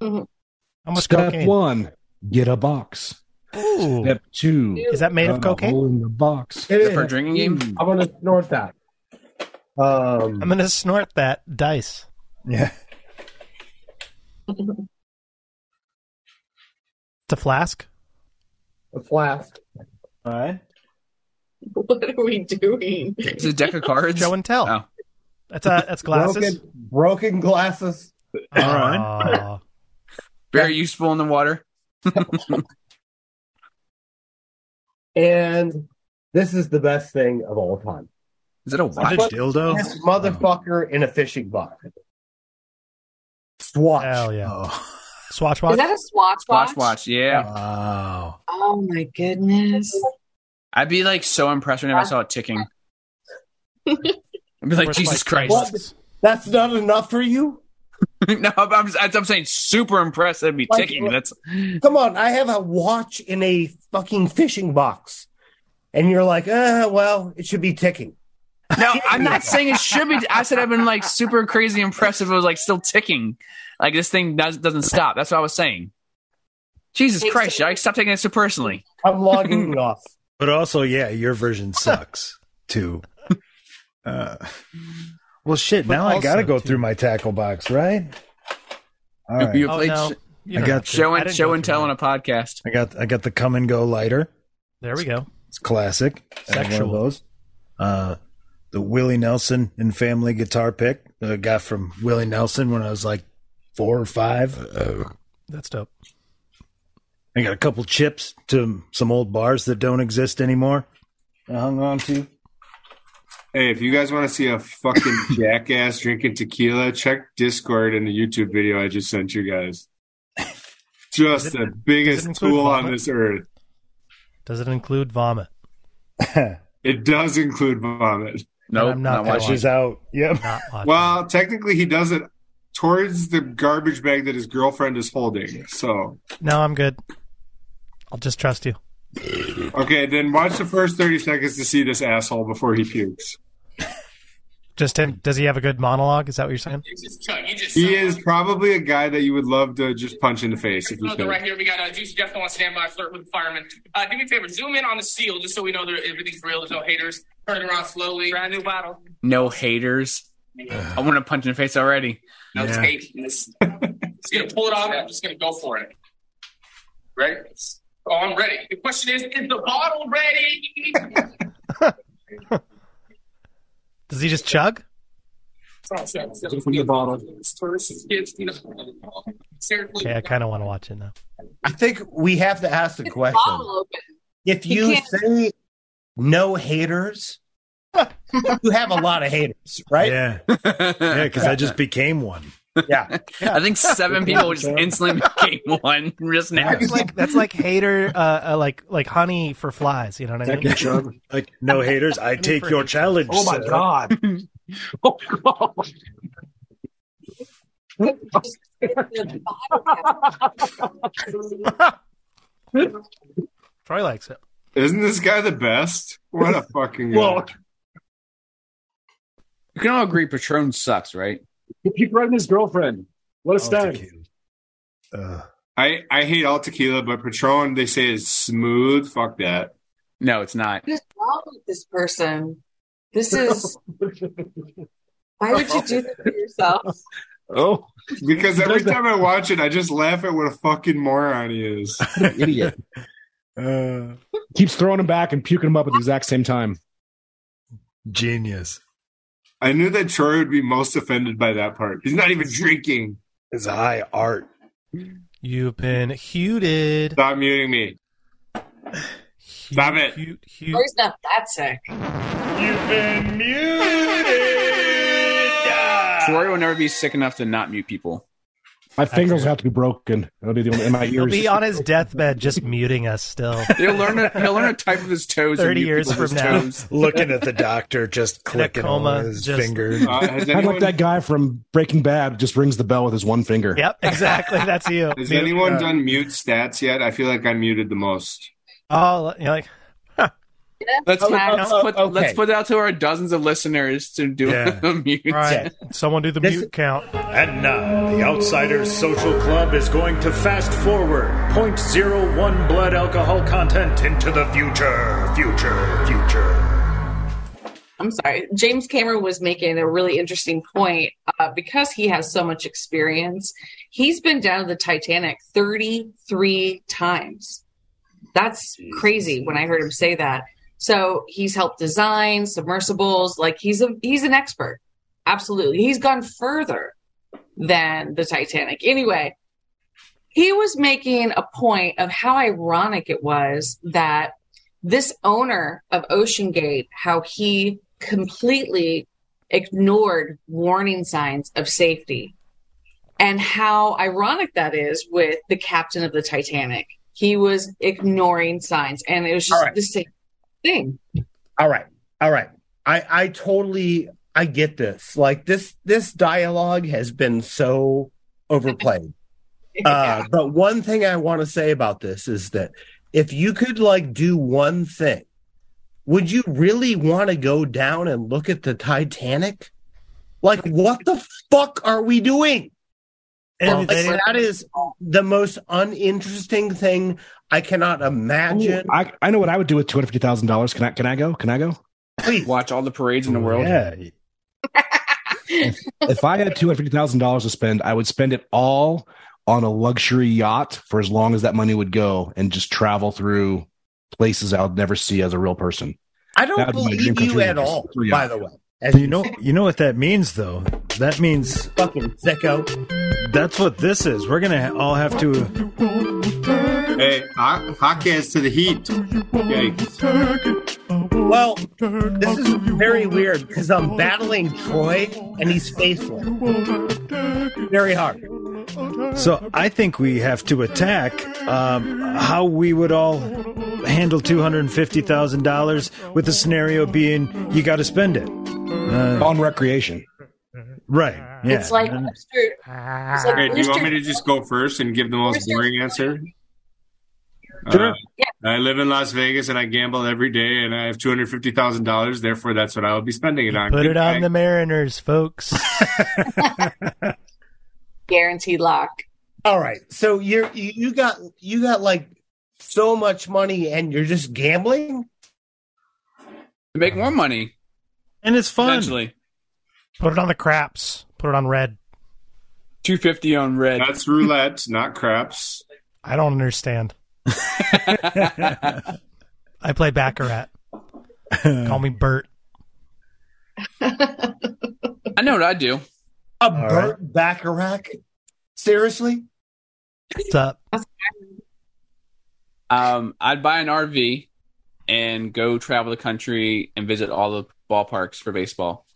Speaker 4: Mhm.
Speaker 8: How much
Speaker 2: Step
Speaker 8: cocaine?
Speaker 2: one, get a box.
Speaker 8: Ooh.
Speaker 2: Step
Speaker 5: Hmm.
Speaker 2: two,
Speaker 8: Is that made of
Speaker 2: cut a
Speaker 8: cocaine?
Speaker 2: hole in the box.
Speaker 5: Is that for a drinking game?
Speaker 3: Mm. I'm gonna snort that. Um,
Speaker 8: I'm gonna snort that dice.
Speaker 1: Yeah.
Speaker 8: It's a flask.
Speaker 3: a flask.
Speaker 9: All right.
Speaker 4: [laughs] What are we doing?
Speaker 5: It's a deck of cards.
Speaker 8: Show and tell.
Speaker 5: Oh.
Speaker 8: That's a that's glasses.
Speaker 3: Broken, broken glasses.
Speaker 8: All right.
Speaker 5: Very useful in the water.
Speaker 3: And this is the best thing of all time.
Speaker 5: Is it a
Speaker 1: Is
Speaker 5: watch?
Speaker 1: it a dildo?
Speaker 3: This motherfucker in a fishing bucket. Swatch.
Speaker 8: Hell yeah.
Speaker 1: Oh.
Speaker 8: Swatch
Speaker 4: Is
Speaker 8: watch.
Speaker 4: that a swatch watch?
Speaker 5: Watch, watch. Yeah.
Speaker 1: Wow.
Speaker 4: Oh my goodness.
Speaker 5: I'd be like so impressed whenever I saw it
Speaker 4: [laughs]
Speaker 5: ticking. I'd be like,
Speaker 8: Worth,
Speaker 5: Jesus
Speaker 8: like,
Speaker 5: Christ.
Speaker 3: What? That's not enough for you?
Speaker 5: [laughs] no, I'm, I'm, I'm saying super impressed. That'd be
Speaker 3: Like,
Speaker 5: ticking.
Speaker 3: what-
Speaker 5: That's
Speaker 3: Come on, I have a watch in a fucking fishing box. And you're like, uh, well, it should be ticking. [laughs]
Speaker 5: no. I'm not saying it should be. I said I've been like super crazy impressed if it was like still ticking. Like this thing does, doesn't stop. That's what I was saying. Jesus
Speaker 4: Takes-
Speaker 5: Christ, I stop taking it so personally.
Speaker 3: I'm [laughs] logging off.
Speaker 1: But also, yeah,
Speaker 9: [laughs]
Speaker 1: your version sucks
Speaker 8: [laughs]
Speaker 1: too. Uh, well, shit.
Speaker 8: But
Speaker 1: now I gotta
Speaker 8: also,
Speaker 1: go
Speaker 8: too-
Speaker 1: through my tackle box, right? All right.
Speaker 5: You
Speaker 8: Oh
Speaker 5: played
Speaker 8: no.
Speaker 5: sh-
Speaker 8: You
Speaker 1: I
Speaker 8: don't
Speaker 1: got
Speaker 8: have to.
Speaker 5: show
Speaker 8: I
Speaker 5: and
Speaker 8: didn't
Speaker 5: show
Speaker 8: go
Speaker 5: and
Speaker 8: through
Speaker 5: tell
Speaker 8: that.
Speaker 5: on a podcast.
Speaker 1: I got I got the come and go lighter.
Speaker 8: There we go.
Speaker 1: It's classic. I have
Speaker 8: Sexual.
Speaker 1: One of those. Uh, the Willie Nelson and Family guitar pick that I got from Willie Nelson when I was like four or five.
Speaker 8: That's dope.
Speaker 1: I got a couple chips to some old bars that don't exist anymore. I hung on to. [laughs]
Speaker 6: Hey, if you guys want to see a
Speaker 8: [laughs]
Speaker 6: fucking jackass drinking tequila, check Discord and the YouTube video I just sent you guys. Just
Speaker 8: Does it-
Speaker 6: the biggest
Speaker 8: include
Speaker 6: tool on
Speaker 8: vomit?
Speaker 6: this earth.
Speaker 8: Does it include vomit?
Speaker 6: It does include vomit.
Speaker 5: No,
Speaker 8: I'm not gonna
Speaker 5: watching.
Speaker 1: She's out. Yep.
Speaker 8: Not watching.
Speaker 6: Well, technically, he does it towards the garbage bag that his girlfriend is holding. So,
Speaker 8: no, I'm good. I'll just trust you.
Speaker 6: okay, then watch the first 30 seconds to see this asshole before he pukes.
Speaker 8: Just him. Does he have a good monologue? Is that what you're saying?
Speaker 6: He is probably a guy that you would love to just punch in the face if you could.
Speaker 10: Right here, we got uh, Juicy Jeff on standby, flirt with the fireman. Uh, do me a favor, zoom in on the seal just so we know that everything's real. There's no haters. Turn it around slowly. Brand new bottle.
Speaker 5: No
Speaker 8: [sighs]
Speaker 5: haters. I want to punch in the face already.
Speaker 10: No
Speaker 1: Yeah.
Speaker 10: tape. Just gonna pull it off. I'm just gonna go for it. Ready? Oh, I'm ready. The question is, is the bottle ready?
Speaker 8: Does he just chug?
Speaker 10: From the bottle. Seriously.
Speaker 8: Okay, I kind of want to watch it now.
Speaker 3: I think we have to ask the
Speaker 4: It's
Speaker 3: question.
Speaker 4: bottle open.
Speaker 3: If
Speaker 4: You
Speaker 3: you
Speaker 4: can't-
Speaker 3: say no haters, you have a lot of haters, right?
Speaker 1: Yeah. Yeah, because I just became one.
Speaker 3: yeah.
Speaker 5: I
Speaker 8: [laughs]
Speaker 5: think seven people just instantly became one just now.
Speaker 8: That's like that's like hater, uh, uh, like like honey for flies. You know what I mean?
Speaker 1: [laughs] Like no haters. I take your challenge.
Speaker 3: Oh my
Speaker 1: sir.
Speaker 3: god.
Speaker 2: Oh,
Speaker 4: The bottle
Speaker 8: Troy likes it.
Speaker 6: Isn't this guy the best? What a fucking guy.
Speaker 9: Well-
Speaker 5: You can all agree Patron sucks, right?
Speaker 9: He threatened his girlfriend.
Speaker 6: What
Speaker 2: Oh,
Speaker 6: a stag. I, I hate all tequila, but Patron they say is smooth. Fuck that.
Speaker 5: No, it's not.
Speaker 4: What is wrong with this person? This is. Why would you do this to yourself?
Speaker 6: Oh, because
Speaker 4: He
Speaker 6: every
Speaker 4: does that-
Speaker 6: time I watch it, I just laugh at what a fucking moron he is.
Speaker 2: idiot.
Speaker 1: Uh,
Speaker 2: Keeps throwing him back and puking him up at the exact same time.
Speaker 1: Genius.
Speaker 6: I knew that Troy would be most offended by that part. He's not even drinking.
Speaker 1: It's high art.
Speaker 8: You've been huted.
Speaker 6: Stop muting me. Stop it.
Speaker 4: Or he's not that sick. You've been
Speaker 5: Troy will never be sick enough to not mute people.
Speaker 2: My fingers have to be broken. That'll be the only, and my
Speaker 8: He'll
Speaker 2: ears.
Speaker 8: be on his deathbed just muting
Speaker 1: [laughs]
Speaker 8: us still.
Speaker 5: He'll learn to, he'll learn to type with his toes. and
Speaker 8: 30
Speaker 5: mute
Speaker 8: years
Speaker 5: people with
Speaker 8: from
Speaker 5: his
Speaker 8: now.
Speaker 5: toes.
Speaker 1: Looking at the doctor, just clicking
Speaker 8: coma,
Speaker 1: on his
Speaker 8: just-
Speaker 1: fingers.
Speaker 6: Uh,
Speaker 2: I'm like that guy from Breaking Bad. Just rings the bell with his one finger.
Speaker 8: Yep, exactly. That's you.
Speaker 6: Has
Speaker 8: Mute.
Speaker 6: anyone done mute stats yet? I feel like I muted the most.
Speaker 8: Oh, you're like,
Speaker 5: Let's put,
Speaker 4: Oh,
Speaker 5: let's,
Speaker 4: oh,
Speaker 5: put,
Speaker 6: okay.
Speaker 5: let's put out to our dozens of listeners to do
Speaker 1: Yeah.
Speaker 5: [laughs] a mute.
Speaker 8: all right, someone do the
Speaker 1: This-
Speaker 8: mute count.
Speaker 7: And now, the Outsiders Social Club is going to fast forward 0.01 blood alcohol content into the future, future, future.
Speaker 4: I'm sorry. James Cameron was making a really interesting point uh, because he has so much experience. He's been down to the Titanic 33 times. That's crazy when I heard him say that. So he's helped design submersibles. Like he's a he's an expert. Absolutely, he's gone further than the Titanic. Anyway, he was making a point of how ironic it was that this owner of Ocean Gate, how he completely ignored warning signs of safety and how ironic that is with the captain of the Titanic. He was ignoring signs and it was just the same thing.
Speaker 3: all right all right i i totally i get this like this this dialogue has been so
Speaker 4: [laughs]
Speaker 3: overplayed uh but one thing i want to say about this is that if you could like do one thing would you really want to go down and look at the titanic like what the fuck are we doing
Speaker 8: And
Speaker 3: like,
Speaker 8: they-
Speaker 3: that is the most uninteresting thing i cannot imagine
Speaker 2: I, I know what I would do with two hundred fifty thousand dollars. Can I? Can I go? Can [laughs] I go?
Speaker 5: Watch all the parades in the world.
Speaker 2: Yeah. if, if I had two hundred fifty thousand dollars to spend, I would spend it all on a luxury yacht for as long as that money would go, and just travel through places I'll never see as a real person.
Speaker 3: i
Speaker 2: That
Speaker 3: don't
Speaker 2: would be my dream
Speaker 3: believe
Speaker 2: come
Speaker 3: you
Speaker 2: true.
Speaker 3: at all
Speaker 2: Yeah.
Speaker 3: by the way as
Speaker 1: You know, you know what that means, though. That means
Speaker 3: fucking sicko
Speaker 1: that's what this is. We're gonna all have to.
Speaker 6: Hey, hot, hot cans to the heat. Yikes.
Speaker 3: Well, this is very weird because I'm battling Troy and he's faithful. Very hard.
Speaker 1: So I think we have to attack um, how we would all handle two hundred and fifty thousand dollars, with the scenario being you got to spend it. Uh,
Speaker 2: On recreation.
Speaker 1: right? Yeah.
Speaker 4: It's like Webster. It's like
Speaker 6: Hey, do you
Speaker 4: Webster-
Speaker 6: want me to just go first and give the most boring answer?
Speaker 1: Sure.
Speaker 6: Uh, I live in Las Vegas and I gamble every day, and I have two hundred fifty thousand dollars. Therefore, that's what I will be spending it on.
Speaker 8: Put it on
Speaker 6: Goodbye.
Speaker 8: the Mariners, folks.
Speaker 6: [laughs]
Speaker 4: guaranteed lock.
Speaker 3: All right. So you're you you got you got like so much money and you're just gambling?
Speaker 5: To make more money,
Speaker 1: and it's fun.
Speaker 5: potentially.
Speaker 8: Put it on the craps. Put it on red.
Speaker 5: 250 on red.
Speaker 6: That's roulette, not craps.
Speaker 8: I don't understand. I play Baccarat. Call me Bert.
Speaker 5: I know what I do.
Speaker 3: A burnt baccarat? Seriously?
Speaker 8: What's up?
Speaker 5: Um, I'd buy an RV and go travel the country and visit all the ballparks for baseball.
Speaker 1: [laughs]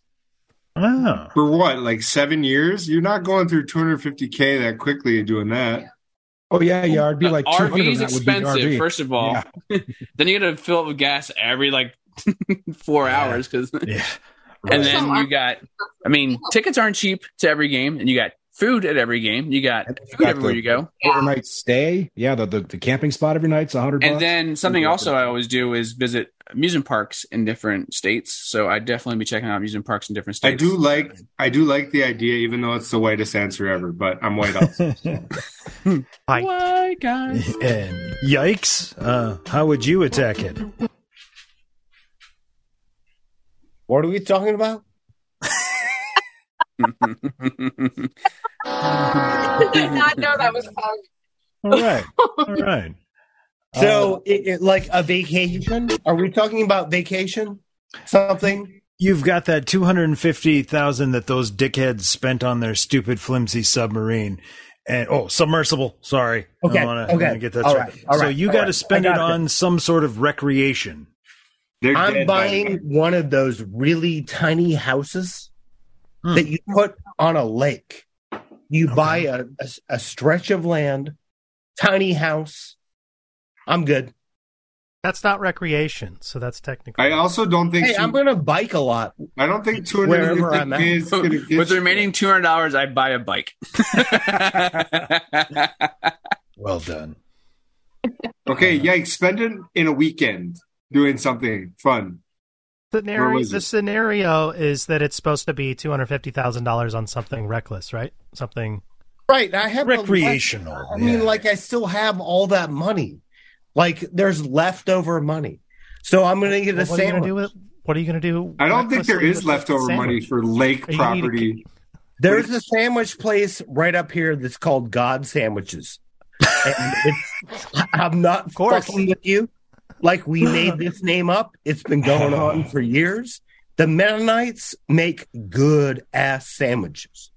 Speaker 1: Oh.
Speaker 6: For what? Like seven years? You're not going through two hundred fifty k that quickly doing that.
Speaker 2: Oh yeah, yeah. It'd be like two
Speaker 5: RV
Speaker 2: hundred.
Speaker 5: is expensive, first of all. then you got to fill up with gas every like [laughs] four hours 'cause hours because
Speaker 1: Yeah. [laughs]
Speaker 5: and then you got I mean tickets aren't cheap to every game and you got food at every game. You got food
Speaker 2: got
Speaker 5: everywhere
Speaker 2: the-
Speaker 5: you go.
Speaker 2: Overnight stay. Yeah, the, the, the camping spot every night's a hundred
Speaker 5: And
Speaker 6: Uh-huh.
Speaker 2: bucks.
Speaker 5: then something also I always do is visit amusement parks in different states. So I definitely be checking out amusement parks in different
Speaker 6: I
Speaker 5: states.
Speaker 6: do like I do like the idea, even though it's the whitest answer ever. But I'm white also.
Speaker 5: Why,
Speaker 6: [laughs]
Speaker 5: guys?
Speaker 1: And yikes! Uh, how would you attack it?
Speaker 3: What are we talking about?
Speaker 4: I did not know that was fun.
Speaker 1: All right, all right.
Speaker 3: So, it, it- like a vacation? Are we talking about vacation? Something?
Speaker 1: You've got that two hundred and fifty thousand that those dickheads spent on their stupid flimsy submarine, and oh, submersible. Sorry,
Speaker 3: Okay,
Speaker 1: I wanna,
Speaker 3: okay.
Speaker 1: I wanna get that
Speaker 3: All
Speaker 1: straight.
Speaker 3: right, all
Speaker 1: so
Speaker 3: right,
Speaker 1: you
Speaker 3: all
Speaker 1: got to
Speaker 3: right. I
Speaker 1: spend it
Speaker 3: got
Speaker 1: on some sort of recreation.
Speaker 6: They're
Speaker 3: I'm
Speaker 6: dead by
Speaker 3: buying
Speaker 6: now.
Speaker 3: one of those really tiny houses that you put on a lake. You buy a, a, a stretch of land, tiny house. I'm good.
Speaker 8: That's not recreation, so that's technically.
Speaker 6: I also don't think
Speaker 3: Hey,
Speaker 6: two-
Speaker 3: I'm going to bike a lot.
Speaker 6: I don't think two
Speaker 3: Wherever I'm
Speaker 6: hundred
Speaker 5: [laughs]
Speaker 3: at.
Speaker 6: is
Speaker 5: So,
Speaker 6: going to get
Speaker 5: with the
Speaker 6: you.
Speaker 5: remaining two hundred dollars, I buy a bike. [laughs]
Speaker 1: Well done.
Speaker 6: Okay, yikes! Spend it in a weekend doing something fun. Where
Speaker 8: Scenario,
Speaker 6: was
Speaker 8: the
Speaker 6: it?
Speaker 8: scenario is that it's supposed to be two hundred fifty thousand dollars on something reckless, right? Something.
Speaker 3: Right. I have the left-
Speaker 1: Recreational,
Speaker 3: I mean,
Speaker 1: yeah.
Speaker 3: like, I still have all that money. Like, there's leftover money. So I'm going to get a
Speaker 8: Well, what are you gonna
Speaker 3: sandwich.
Speaker 8: do? With, what are you going to do?
Speaker 6: I don't think
Speaker 8: recklessly
Speaker 6: there is
Speaker 8: with the
Speaker 6: leftover
Speaker 8: sandwich?
Speaker 6: money for lake
Speaker 8: You need to-
Speaker 6: property.
Speaker 3: There's a sandwich place right up here that's called God Sandwiches. And it's, [laughs] I'm not
Speaker 8: course.
Speaker 3: fucking with you. Like we made this name up. It's been going on for years. The Mennonites make good ass sandwiches.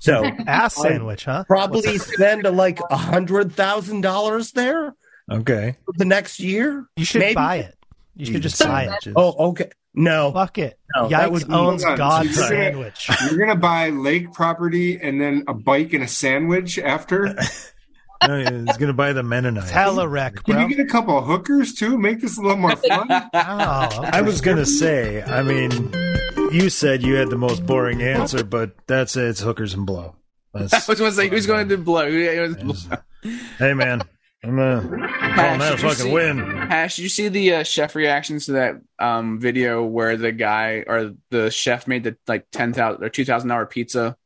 Speaker 3: So
Speaker 8: Ass sandwich, huh?
Speaker 3: probably spend uh, like a hundred thousand dollars there
Speaker 1: Okay.
Speaker 3: for the next year.
Speaker 8: You should
Speaker 3: maybe.
Speaker 8: buy it. You should just buy it.
Speaker 3: Oh, okay. No.
Speaker 8: Fuck it.
Speaker 3: No, that
Speaker 8: Yikes
Speaker 3: would be-
Speaker 8: owns
Speaker 6: Hold on.
Speaker 8: God
Speaker 6: Sorry.
Speaker 8: sandwich.
Speaker 6: You're gonna buy lake property and then a bike and a sandwich
Speaker 8: [laughs]
Speaker 6: after.
Speaker 1: No, he's gonna buy the Mennonite.
Speaker 8: Telereck,
Speaker 6: Can
Speaker 8: bro.
Speaker 6: you get a couple of hookers too? Make this a little more fun.
Speaker 8: Wow. okay.
Speaker 1: I was gonna say. I mean, you said you had the most boring answer, but that's it. It's hookers and blow.
Speaker 5: I
Speaker 1: That's, [laughs]
Speaker 5: was going to say who's going to blow.
Speaker 1: hey man, I'm gonna call that a
Speaker 5: Should you see-
Speaker 1: fucking win.
Speaker 5: Hash, did you see the uh, chef reactions to that um, video where the guy or the chef made the like ten thousand or two thousand dollar pizza?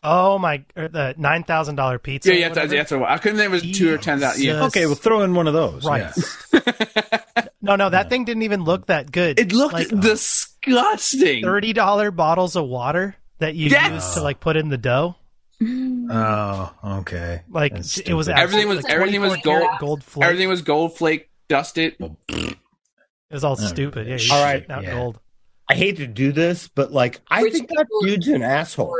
Speaker 8: Oh my! Or the nine thousand dollar pizza.
Speaker 5: Yeah, yeah,
Speaker 8: or
Speaker 5: that's,
Speaker 8: whatever?
Speaker 5: that's what I couldn't think it was two or ten thousand. Yeah,
Speaker 8: Jesus
Speaker 1: Okay, well, throw in one of those.
Speaker 8: Christ.
Speaker 1: yeah.
Speaker 8: [laughs] no, no, that thing didn't even look that good.
Speaker 5: it looked
Speaker 8: like
Speaker 5: disgusting.
Speaker 8: thirty dollar bottles of water that you
Speaker 5: Yes!
Speaker 8: use to like put in the dough.
Speaker 1: Oh, okay.
Speaker 8: Like
Speaker 1: That's
Speaker 8: it was
Speaker 1: stupid.
Speaker 5: Everything
Speaker 8: absolutely,
Speaker 5: was-
Speaker 8: like,
Speaker 5: everything was
Speaker 8: 24 karat
Speaker 5: gold-
Speaker 8: gold flake.
Speaker 5: Everything was gold flake, dusted.
Speaker 8: It was all stupid. Yeah,
Speaker 3: All
Speaker 8: all
Speaker 3: right.
Speaker 8: right, out
Speaker 1: Oh, Yeah.
Speaker 8: gold.
Speaker 3: I hate to do this, but like I
Speaker 4: Rich
Speaker 3: think that
Speaker 4: people-
Speaker 3: dude's an asshole.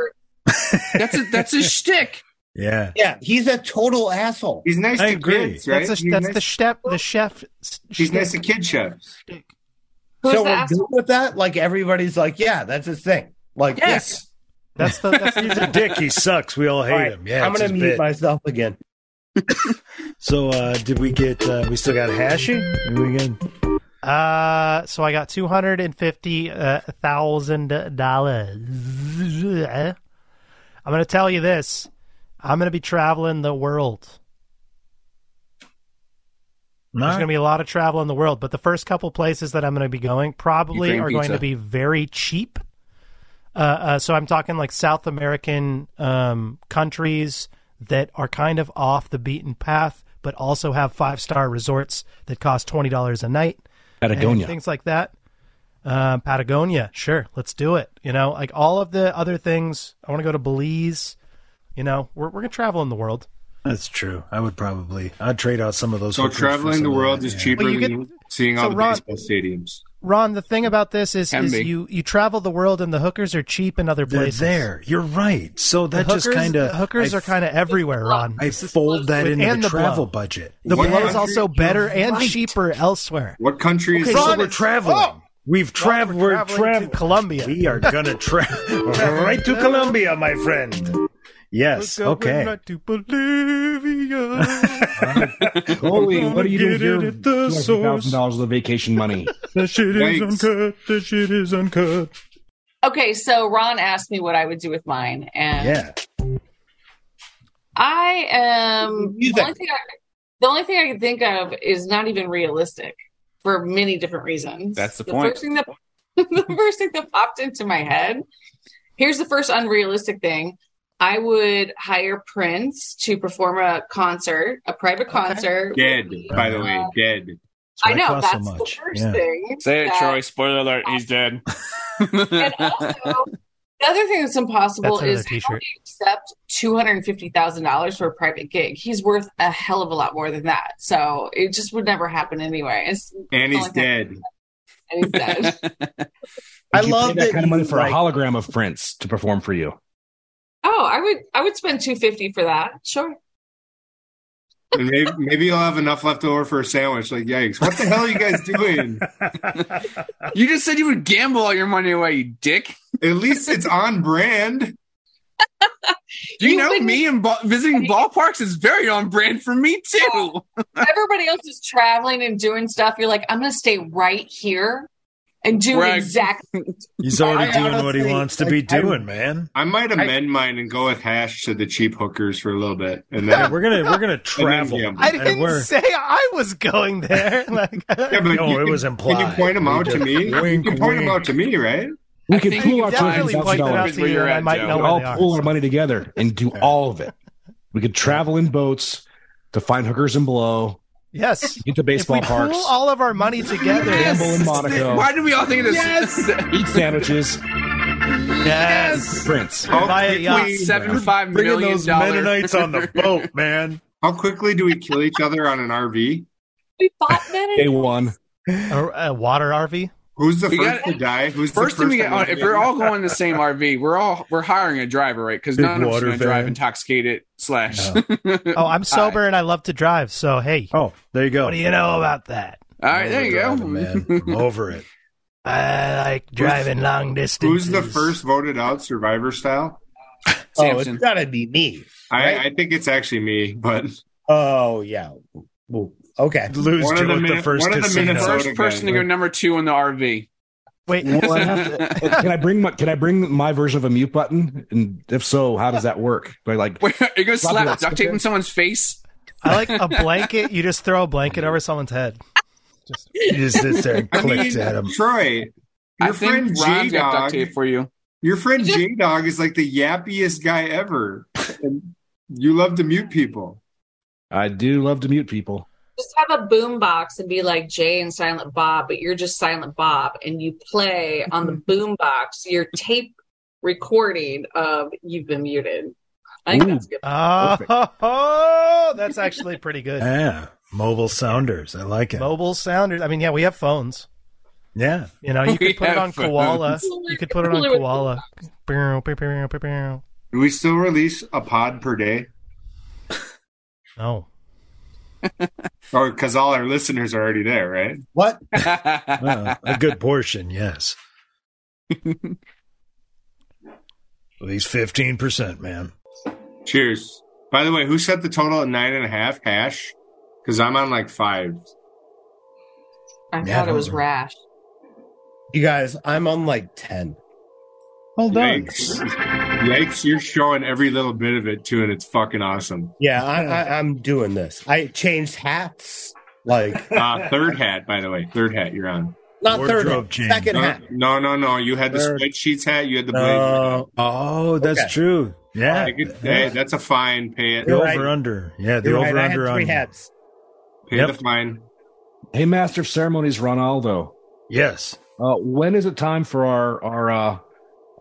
Speaker 5: That's a, that's [laughs] a shtick.
Speaker 1: Yeah.
Speaker 3: Yeah, he's a total asshole.
Speaker 6: He's nice
Speaker 1: I
Speaker 6: to
Speaker 1: agree.
Speaker 6: kids, right?
Speaker 8: That's a,
Speaker 6: He's
Speaker 8: that's
Speaker 6: nice-
Speaker 8: the chef. The chef. s-
Speaker 6: He's
Speaker 8: shtick.
Speaker 6: nice to kid chefs.
Speaker 3: so we're
Speaker 4: Who's the
Speaker 3: good
Speaker 4: asshole?
Speaker 3: with that. Like everybody's like, yeah, that's his thing. Like,
Speaker 5: Yes.
Speaker 8: That's the. That's
Speaker 1: He's a
Speaker 8: the
Speaker 1: dick. He sucks. We all hate
Speaker 3: yeah. All right,
Speaker 1: him. Yeah.
Speaker 3: I'm
Speaker 1: it's
Speaker 3: gonna
Speaker 1: his
Speaker 3: mute
Speaker 1: bit.
Speaker 3: myself again.
Speaker 1: So, uh, did we get? Uh, we still got Hashi. Did we get?
Speaker 8: Uh, so I got two hundred and fifty uh, thousand dollars. I'm gonna tell you this. I'm gonna be traveling the world. There's gonna be a lot of travel in the world, but the first couple places that I'm gonna be going probably
Speaker 5: Ukraine
Speaker 8: are going
Speaker 5: pizza.
Speaker 8: to be very cheap. Uh, uh, so I'm talking like South American um, countries that are kind of off the beaten path, but also have five star resorts that cost twenty dollars a night and
Speaker 2: Patagonia.
Speaker 8: things like that. Uh, Patagonia, sure, let's do it. You know, like all of the other things. I want to go to Belize. You know, we're we're gonna travel in the world.
Speaker 1: That's true. I would probably. I'd trade out some of those.
Speaker 6: So
Speaker 1: hookers for
Speaker 6: traveling
Speaker 1: some
Speaker 6: the
Speaker 1: of
Speaker 6: world
Speaker 1: that,
Speaker 6: is
Speaker 1: yeah.
Speaker 6: cheaper
Speaker 8: Well, you
Speaker 6: than seeing
Speaker 8: so
Speaker 6: all the
Speaker 8: Ron-
Speaker 6: baseball stadiums.
Speaker 8: Ron, the thing about this is,
Speaker 5: Can
Speaker 8: is
Speaker 5: be.
Speaker 8: you you travel the world and the hookers are cheap in other
Speaker 1: They're
Speaker 8: places.
Speaker 1: there. You're right. So
Speaker 8: The
Speaker 1: that
Speaker 8: hookers,
Speaker 1: just kind of
Speaker 8: the hookers are kind of everywhere, Ron.
Speaker 1: I fold that
Speaker 8: With-
Speaker 1: into
Speaker 8: and
Speaker 1: the
Speaker 8: the blow.
Speaker 1: travel budget.
Speaker 8: the
Speaker 6: What
Speaker 8: blow is
Speaker 6: country-
Speaker 8: also better
Speaker 1: You're
Speaker 8: and
Speaker 1: right.
Speaker 8: cheaper elsewhere.
Speaker 6: What country
Speaker 1: Okay,
Speaker 6: is
Speaker 1: so
Speaker 8: Ron
Speaker 1: we're
Speaker 8: is-
Speaker 1: traveling.
Speaker 8: Oh!
Speaker 1: We've traveled.
Speaker 8: we're
Speaker 1: We're
Speaker 8: traveling to
Speaker 1: traveling
Speaker 8: Colombia.
Speaker 1: We are gonna travel [laughs] right to Colombia, my friend. Yes. Okay.
Speaker 8: Right to Bolivia.
Speaker 2: Holy, what do you do with
Speaker 1: Get it
Speaker 2: your
Speaker 1: at the source.
Speaker 2: thousand dollars of vacation money?
Speaker 1: That shit
Speaker 6: Yikes.
Speaker 1: That shit is uncut.
Speaker 4: Okay, so Ron asked me what I would do with mine, and
Speaker 1: Yeah.
Speaker 4: I am the only, thing I, the only thing I can think of is not even realistic for many different reasons.
Speaker 5: That's the
Speaker 4: the
Speaker 5: point.
Speaker 4: First thing that, [laughs] the first thing that popped into my head. Here's the first unrealistic thing. I would hire Prince to perform a concert, a private concert.
Speaker 6: Dead, by the way, dead.
Speaker 4: I know that's the first thing.
Speaker 5: Say it,
Speaker 4: that-
Speaker 5: Troy. Spoiler alert: he's [laughs] dead.
Speaker 4: [laughs] The other thing that's impossible
Speaker 5: That's another
Speaker 4: is how
Speaker 5: t-shirt.
Speaker 4: you accept two hundred and fifty thousand dollars for a private gig. He's worth a hell of a lot more than that. So it just would never happen anyway. It's,
Speaker 6: And he's dead.
Speaker 4: and he's dead.
Speaker 2: I
Speaker 3: love
Speaker 2: that,
Speaker 3: that
Speaker 2: kind of money
Speaker 3: you,
Speaker 2: for
Speaker 3: like-
Speaker 2: a hologram of Prince to perform for you.
Speaker 4: oh, I would I would spend two fifty for that. Sure.
Speaker 6: And maybe, maybe you'll have enough left over for a sandwich. Like, yikes! What the hell are
Speaker 1: [laughs]
Speaker 6: you guys doing?
Speaker 5: you just said you would gamble all your money away, you dick.
Speaker 6: At least it's on brand.
Speaker 5: Do you, know me and ba-
Speaker 2: [laughs]
Speaker 5: visiting ballparks is very on brand for me
Speaker 2: Oh,
Speaker 5: too.
Speaker 4: Everybody else is traveling and doing stuff. You're like, I'm gonna stay right here and do
Speaker 6: Right.
Speaker 4: exactly
Speaker 1: He's already
Speaker 6: I
Speaker 1: doing what he
Speaker 6: honestly,
Speaker 1: wants to be
Speaker 6: like, I-
Speaker 1: doing, man.
Speaker 6: I might amend mine and go with hash to the cheap hookers for a little bit, and
Speaker 1: Yeah, [laughs]
Speaker 6: then
Speaker 1: we're gonna we're gonna
Speaker 6: and then
Speaker 1: travel.
Speaker 6: gamble.
Speaker 8: I didn't
Speaker 1: we're-
Speaker 8: say I was going there. [laughs] Like,
Speaker 6: Yeah, but
Speaker 1: No,
Speaker 6: you
Speaker 1: it
Speaker 6: can-
Speaker 1: was
Speaker 6: Can you
Speaker 1: implied.
Speaker 6: point them
Speaker 1: We
Speaker 6: out to
Speaker 1: just- [laughs]
Speaker 6: me?
Speaker 1: Wink,
Speaker 6: you can point them
Speaker 1: wink.
Speaker 6: out to me, right?
Speaker 2: We
Speaker 5: I
Speaker 2: could
Speaker 5: think
Speaker 2: pool
Speaker 5: you
Speaker 2: our
Speaker 8: definitely
Speaker 2: $200,000
Speaker 8: pointed out to
Speaker 5: where
Speaker 8: you,
Speaker 5: you're
Speaker 8: and I
Speaker 5: at,
Speaker 8: might
Speaker 5: Joe.
Speaker 8: know
Speaker 2: We could
Speaker 8: where
Speaker 2: all
Speaker 8: they are.
Speaker 2: pool our money together and do all of it. We could travel in boats to find hookers and blow,
Speaker 8: Yes.
Speaker 2: get to
Speaker 8: If we
Speaker 2: baseball parks,
Speaker 8: pool all of our money together.
Speaker 2: Gamble in Monaco.
Speaker 5: Why do we all think of this?
Speaker 2: eat sandwiches,
Speaker 8: Yes.
Speaker 2: Prince.
Speaker 6: How
Speaker 8: Buy a yacht.
Speaker 6: quickly,
Speaker 5: Seventy-five
Speaker 1: Bringing
Speaker 5: million
Speaker 1: those Mennonites on [laughs] the boat, man.
Speaker 6: how quickly do we kill each other on an RV?
Speaker 4: we bought men
Speaker 2: Day one.
Speaker 8: A, a water RV.
Speaker 6: Who's the
Speaker 5: We
Speaker 6: first
Speaker 5: got-
Speaker 6: to die? Who's
Speaker 5: First
Speaker 6: the
Speaker 5: thing
Speaker 6: first
Speaker 5: we get
Speaker 6: to
Speaker 5: on,
Speaker 6: die?
Speaker 5: if we're all going in the same RV, we're all we're hiring a driver, right? Because
Speaker 1: Big
Speaker 5: none of us
Speaker 1: water
Speaker 5: are going to drive
Speaker 1: van.
Speaker 5: intoxicated. Slash.
Speaker 8: Oh, I'm sober and I love to drive. So hey,
Speaker 1: Oh, there you go.
Speaker 8: what do you know about that?
Speaker 5: [laughs] All right, there you go.
Speaker 1: Driving, man. I'm over
Speaker 6: [laughs]
Speaker 1: it.
Speaker 8: I like driving long distances.
Speaker 6: Who's the first voted out Survivor style?
Speaker 3: Oh,
Speaker 5: [laughs]
Speaker 3: it's
Speaker 5: Samson.
Speaker 3: gotta be me.
Speaker 6: I, I think it's actually me, but
Speaker 3: Oh yeah. Well, okay.
Speaker 1: Lose
Speaker 6: One of
Speaker 1: to
Speaker 6: the
Speaker 1: the,
Speaker 6: Min-
Speaker 1: the first
Speaker 6: one of the
Speaker 1: casino. [laughs]
Speaker 6: Minnesota-
Speaker 5: First person to go number two in the RV.
Speaker 8: Wait,
Speaker 2: Well,
Speaker 5: [laughs]
Speaker 2: I have to- can I bring my can I bring my version of a mute button? And if so, how does that work? Do I like
Speaker 5: Wait, are you going to slap
Speaker 2: Rocky,
Speaker 5: duct tape in someone's face?
Speaker 8: I like a blanket. You just throw a blanket over someone's head.
Speaker 1: You just sits there and
Speaker 6: [laughs] I mean,
Speaker 1: clicks at him.
Speaker 6: Troy,
Speaker 5: I
Speaker 6: your friend
Speaker 5: think Ron's
Speaker 6: J
Speaker 5: got duct
Speaker 6: Dog,
Speaker 5: tape for
Speaker 6: [laughs]
Speaker 5: you. [laughs]
Speaker 6: your friend J Dog is like the yappiest guy ever. and you love to mute people.
Speaker 2: I do love to mute people.
Speaker 4: just have a boom box and be like Jay and Silent Bob, but you're just Silent Bob and you play on the boom box your tape recording of You've Been Muted. I think
Speaker 2: Ooh.
Speaker 4: that's good.
Speaker 8: Oh,
Speaker 2: Perfect.
Speaker 8: ho, ho, Oh, [laughs] that's actually pretty good.
Speaker 1: Yeah. Mobile sounders. I like it.
Speaker 8: Mobile sounders. I mean, yeah, we have phones.
Speaker 1: Yeah.
Speaker 8: You know, you
Speaker 5: We
Speaker 8: could put it
Speaker 5: have
Speaker 8: on koala.
Speaker 4: phones.
Speaker 8: You could put it on
Speaker 4: Literally.
Speaker 8: koala. Pew, pew, pew, pew, pew.
Speaker 6: Do we still release a pod per day?
Speaker 8: No.
Speaker 6: Or because Oh, all our listeners are already there, right?
Speaker 3: What?
Speaker 1: Uh, a good portion,
Speaker 3: [laughs]
Speaker 1: yes. At least 15%, man.
Speaker 6: Cheers. By the way, who set the total at nine and a half hash? Because I'm on like five.
Speaker 4: I
Speaker 1: Yeah,
Speaker 4: thought it was
Speaker 1: those are-
Speaker 4: Rash.
Speaker 3: You guys, I'm on like ten.
Speaker 1: Hold on.
Speaker 6: Yikes. Yikes, you're showing every little bit of it too, and it's fucking awesome.
Speaker 3: Yeah, I, I, I'm doing this. I changed hats. Like
Speaker 6: Uh, third hat, by the way. Third hat you're on.
Speaker 3: not third,
Speaker 1: Wardrobe
Speaker 3: hat,
Speaker 1: change.
Speaker 3: second
Speaker 6: No,
Speaker 3: hat.
Speaker 6: no, no, no. You had the
Speaker 3: Third. Uh,
Speaker 6: spreadsheets hat, you had the blazer.
Speaker 3: No,
Speaker 1: Oh, that's
Speaker 3: Okay.
Speaker 1: true. Yeah.
Speaker 6: I could- hey, that's a fine. Pay it.
Speaker 1: the
Speaker 3: You're right.
Speaker 1: over under. Yeah, the
Speaker 3: you're right.
Speaker 1: over
Speaker 3: I had
Speaker 1: under
Speaker 3: three
Speaker 1: on.
Speaker 3: hats.
Speaker 6: Pay
Speaker 1: Yep.
Speaker 6: the fine.
Speaker 2: Hey, Master of Ceremonies, Ronaldo.
Speaker 1: Yes.
Speaker 2: Uh, when is it time for our our uh,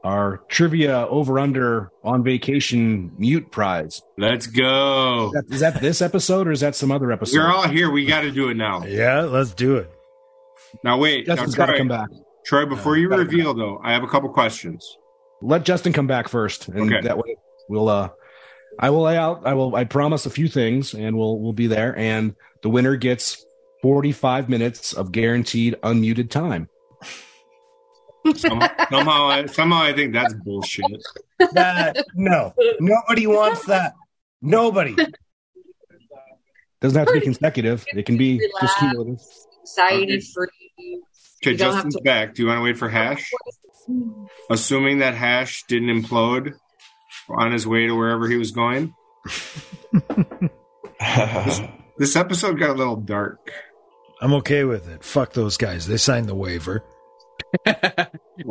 Speaker 2: our trivia over under on vacation mute prize?
Speaker 6: Let's go.
Speaker 2: Is that, is
Speaker 3: [laughs]
Speaker 2: that this episode or is that some other episode?
Speaker 6: You're all here. We got to do it now.
Speaker 1: Yeah, let's do it.
Speaker 6: Now, wait. Now,
Speaker 2: Justin's got to
Speaker 6: Troy,
Speaker 2: come back.
Speaker 6: Troy, before you
Speaker 2: gotta-
Speaker 6: reveal, though, I have a couple questions.
Speaker 2: Let Justin come back first, and
Speaker 6: Okay.
Speaker 2: that way we'll. Uh, I will lay out. I will. I promise a few things, and we'll we'll be there. And the winner gets forty five minutes of guaranteed unmuted time.
Speaker 6: Some- somehow, [laughs] I, somehow, I think that's bullshit.
Speaker 3: That, no, nobody wants that. Nobody.
Speaker 2: Doesn't have to be consecutive. It can be just
Speaker 4: Relax.
Speaker 2: cumulative.
Speaker 4: Anxiety free.
Speaker 6: Okay,
Speaker 4: You don't have
Speaker 6: Justin's
Speaker 4: to-
Speaker 6: back. Do you want to wait for Hash?
Speaker 2: [laughs]
Speaker 6: Assuming that Hash didn't implode on his way to wherever he was going. this, this episode got a little dark.
Speaker 1: I'm okay with it. Fuck those guys. They signed the waiver.
Speaker 6: Well,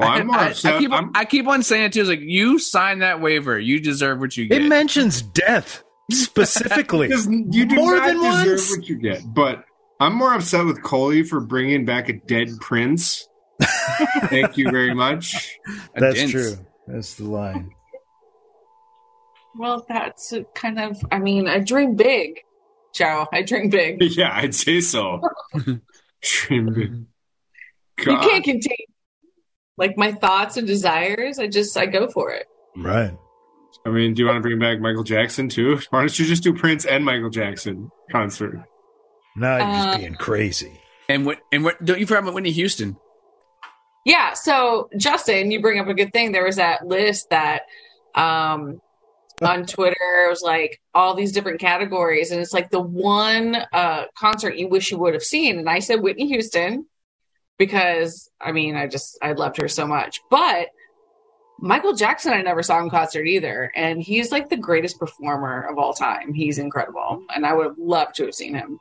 Speaker 6: I'm more
Speaker 5: [laughs] I,
Speaker 6: upset.
Speaker 5: I keep,
Speaker 6: I'm,
Speaker 5: I keep on saying it too. It's like you sign that waiver, you deserve what you get.
Speaker 1: It mentions death
Speaker 3: [laughs]
Speaker 1: specifically.
Speaker 6: Because you do
Speaker 1: More
Speaker 6: not
Speaker 1: than
Speaker 6: deserve
Speaker 1: once?
Speaker 6: what you get. But I'm more upset with Coley for bringing back a dead
Speaker 1: [laughs]
Speaker 6: prince. Thank you very much.
Speaker 5: A
Speaker 1: That's
Speaker 5: dense.
Speaker 1: true. That's the line.
Speaker 4: Well, that's a kind of, I mean, I dream big, Joe. I dream big.
Speaker 6: Yeah, I'd
Speaker 1: [laughs]
Speaker 6: say so. Dream big. God.
Speaker 4: You can't contain like my thoughts and desires. I just, I go for it.
Speaker 1: Right.
Speaker 6: I mean, do you want to bring back Michael Jackson too? Why don't you just do Prince and Michael Jackson concert?
Speaker 1: Now you're just
Speaker 4: Uh,
Speaker 1: being crazy.
Speaker 5: And what? And what? Don't you forget about Whitney Houston?
Speaker 4: Yeah. So, Justin, you bring up a good thing. There was that list that um, on Twitter it was like all these different categories, and it's like the one uh, concert you wish you would have seen. And I said Whitney Houston because I mean, I just I loved her so much, but. Michael Jackson, I never saw in concert either, and he's like the greatest performer of all time. He's incredible, and I would have loved to have seen him.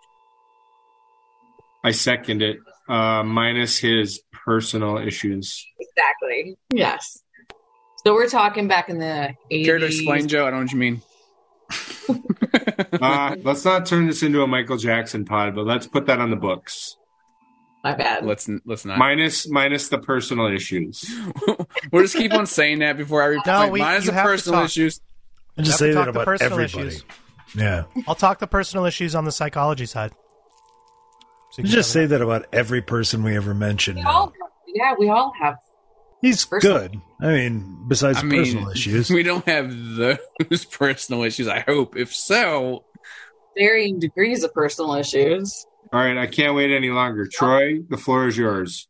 Speaker 6: I second it, uh, minus his personal issues.
Speaker 4: Exactly. Yes. So we're talking back in the eighties.
Speaker 5: Care to explain, Joe? I don't know what you mean.
Speaker 1: [laughs]
Speaker 6: Uh, let's not turn this into a Michael Jackson pod, but let's put that on the books.
Speaker 4: My bad.
Speaker 5: Let's n- let's not.
Speaker 6: Minus minus the personal issues.
Speaker 5: we'll just keep on saying that before I reply.
Speaker 8: No, we-
Speaker 5: minus
Speaker 8: you
Speaker 5: the
Speaker 8: have to
Speaker 5: personal
Speaker 8: talk.
Speaker 5: issues.
Speaker 1: I just
Speaker 8: have
Speaker 1: say
Speaker 8: to
Speaker 1: that
Speaker 8: talk the
Speaker 1: about
Speaker 8: personal
Speaker 1: everybody.
Speaker 8: issues.
Speaker 1: Yeah.
Speaker 8: I'll talk the personal issues on the psychology side. So you
Speaker 1: You
Speaker 8: can
Speaker 1: just
Speaker 8: cover
Speaker 1: say that about every person we ever mentioned.
Speaker 4: We
Speaker 1: now.
Speaker 4: all, yeah, we all have.
Speaker 1: He's
Speaker 4: Personal-
Speaker 1: good. I mean, besides
Speaker 5: I mean,
Speaker 1: personal issues.
Speaker 5: we don't have those [laughs] personal issues. I hope. If so,
Speaker 4: varying degrees of personal issues.
Speaker 6: All right, I can't wait any longer. Troy, the floor is yours.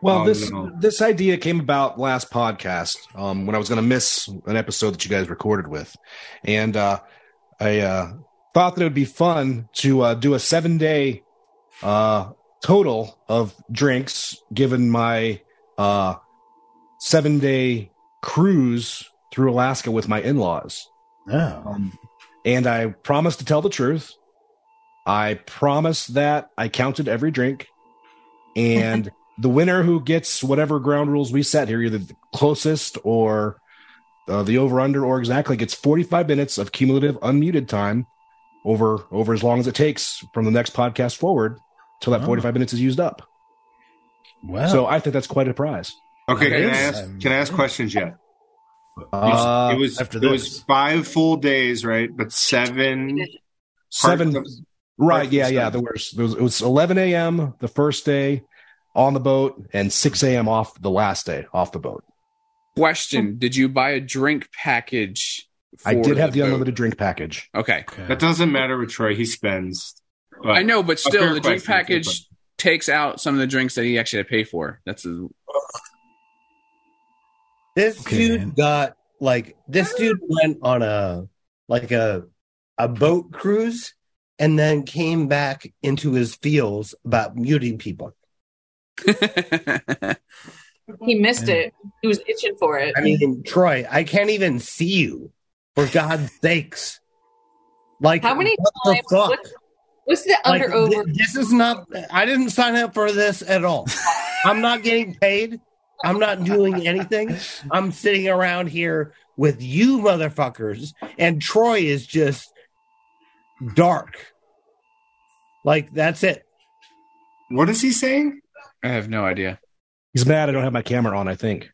Speaker 2: Well,
Speaker 6: Oh,
Speaker 2: this
Speaker 6: no.
Speaker 2: this idea came about last podcast um, when I was going to miss an episode that you guys recorded with, and uh, I uh, thought that it would be fun to uh, do a seven day uh, total of drinks, given my uh, seven day cruise through Alaska with my in laws.
Speaker 1: Oh.
Speaker 2: Um, and I promised to tell the truth. I promised that I counted every drink.
Speaker 1: [laughs]
Speaker 2: And the winner who gets whatever ground rules we set here, either the closest or uh, the over under or exactly, gets 45 minutes of cumulative unmuted time over over as long as it takes from the next podcast forward till that
Speaker 1: Oh.
Speaker 2: 45 minutes is used up.
Speaker 1: Wow.
Speaker 2: So I think that's quite a prize.
Speaker 6: Okay,
Speaker 1: That
Speaker 6: can I
Speaker 1: is-
Speaker 6: ask can I ask questions yet?
Speaker 2: Uh,
Speaker 6: it was
Speaker 1: after
Speaker 6: it was
Speaker 1: this.
Speaker 6: five full days, right? But seven
Speaker 2: seven.
Speaker 6: parts of-
Speaker 2: Right. Yeah.
Speaker 6: Breakfast
Speaker 2: Yeah.
Speaker 6: time.
Speaker 2: There was, there was, it was 11 a.m. the first day on the boat and 6 a.m. off the last day off the boat.
Speaker 8: Hmm.
Speaker 5: question: Did you buy a drink package?
Speaker 2: I
Speaker 5: for
Speaker 2: did have the
Speaker 5: boat?
Speaker 2: unlimited drink package.
Speaker 5: Okay,
Speaker 6: That doesn't matter with Troy. He spends. But
Speaker 5: I know, but
Speaker 6: fair
Speaker 5: still, the drink
Speaker 6: question, fair
Speaker 5: package
Speaker 6: question.
Speaker 5: takes out some of the drinks that he actually had to pay for. That's a, [laughs]
Speaker 3: This
Speaker 1: Okay,
Speaker 3: dude
Speaker 1: man.
Speaker 3: got like this
Speaker 4: Ah.
Speaker 3: dude went on a like a a boat cruise and then came back into his feels about muting people.
Speaker 4: He missed
Speaker 1: Yeah.
Speaker 4: it. He was itching for it.
Speaker 3: I mean, Troy, I can't even see you. For God's sakes. Like
Speaker 4: How many
Speaker 3: what the
Speaker 4: times?
Speaker 3: fuck?
Speaker 4: What's, what's the
Speaker 3: Like,
Speaker 4: under
Speaker 3: thi-
Speaker 4: over?
Speaker 3: this is not I didn't sign up for this at all. I'm not getting paid. I'm not doing anything. I'm sitting around here with you motherfuckers and Troy is just dark. Like that's it.
Speaker 6: What is he saying?
Speaker 5: I have no idea.
Speaker 2: He's mad I don't have my camera on, I think.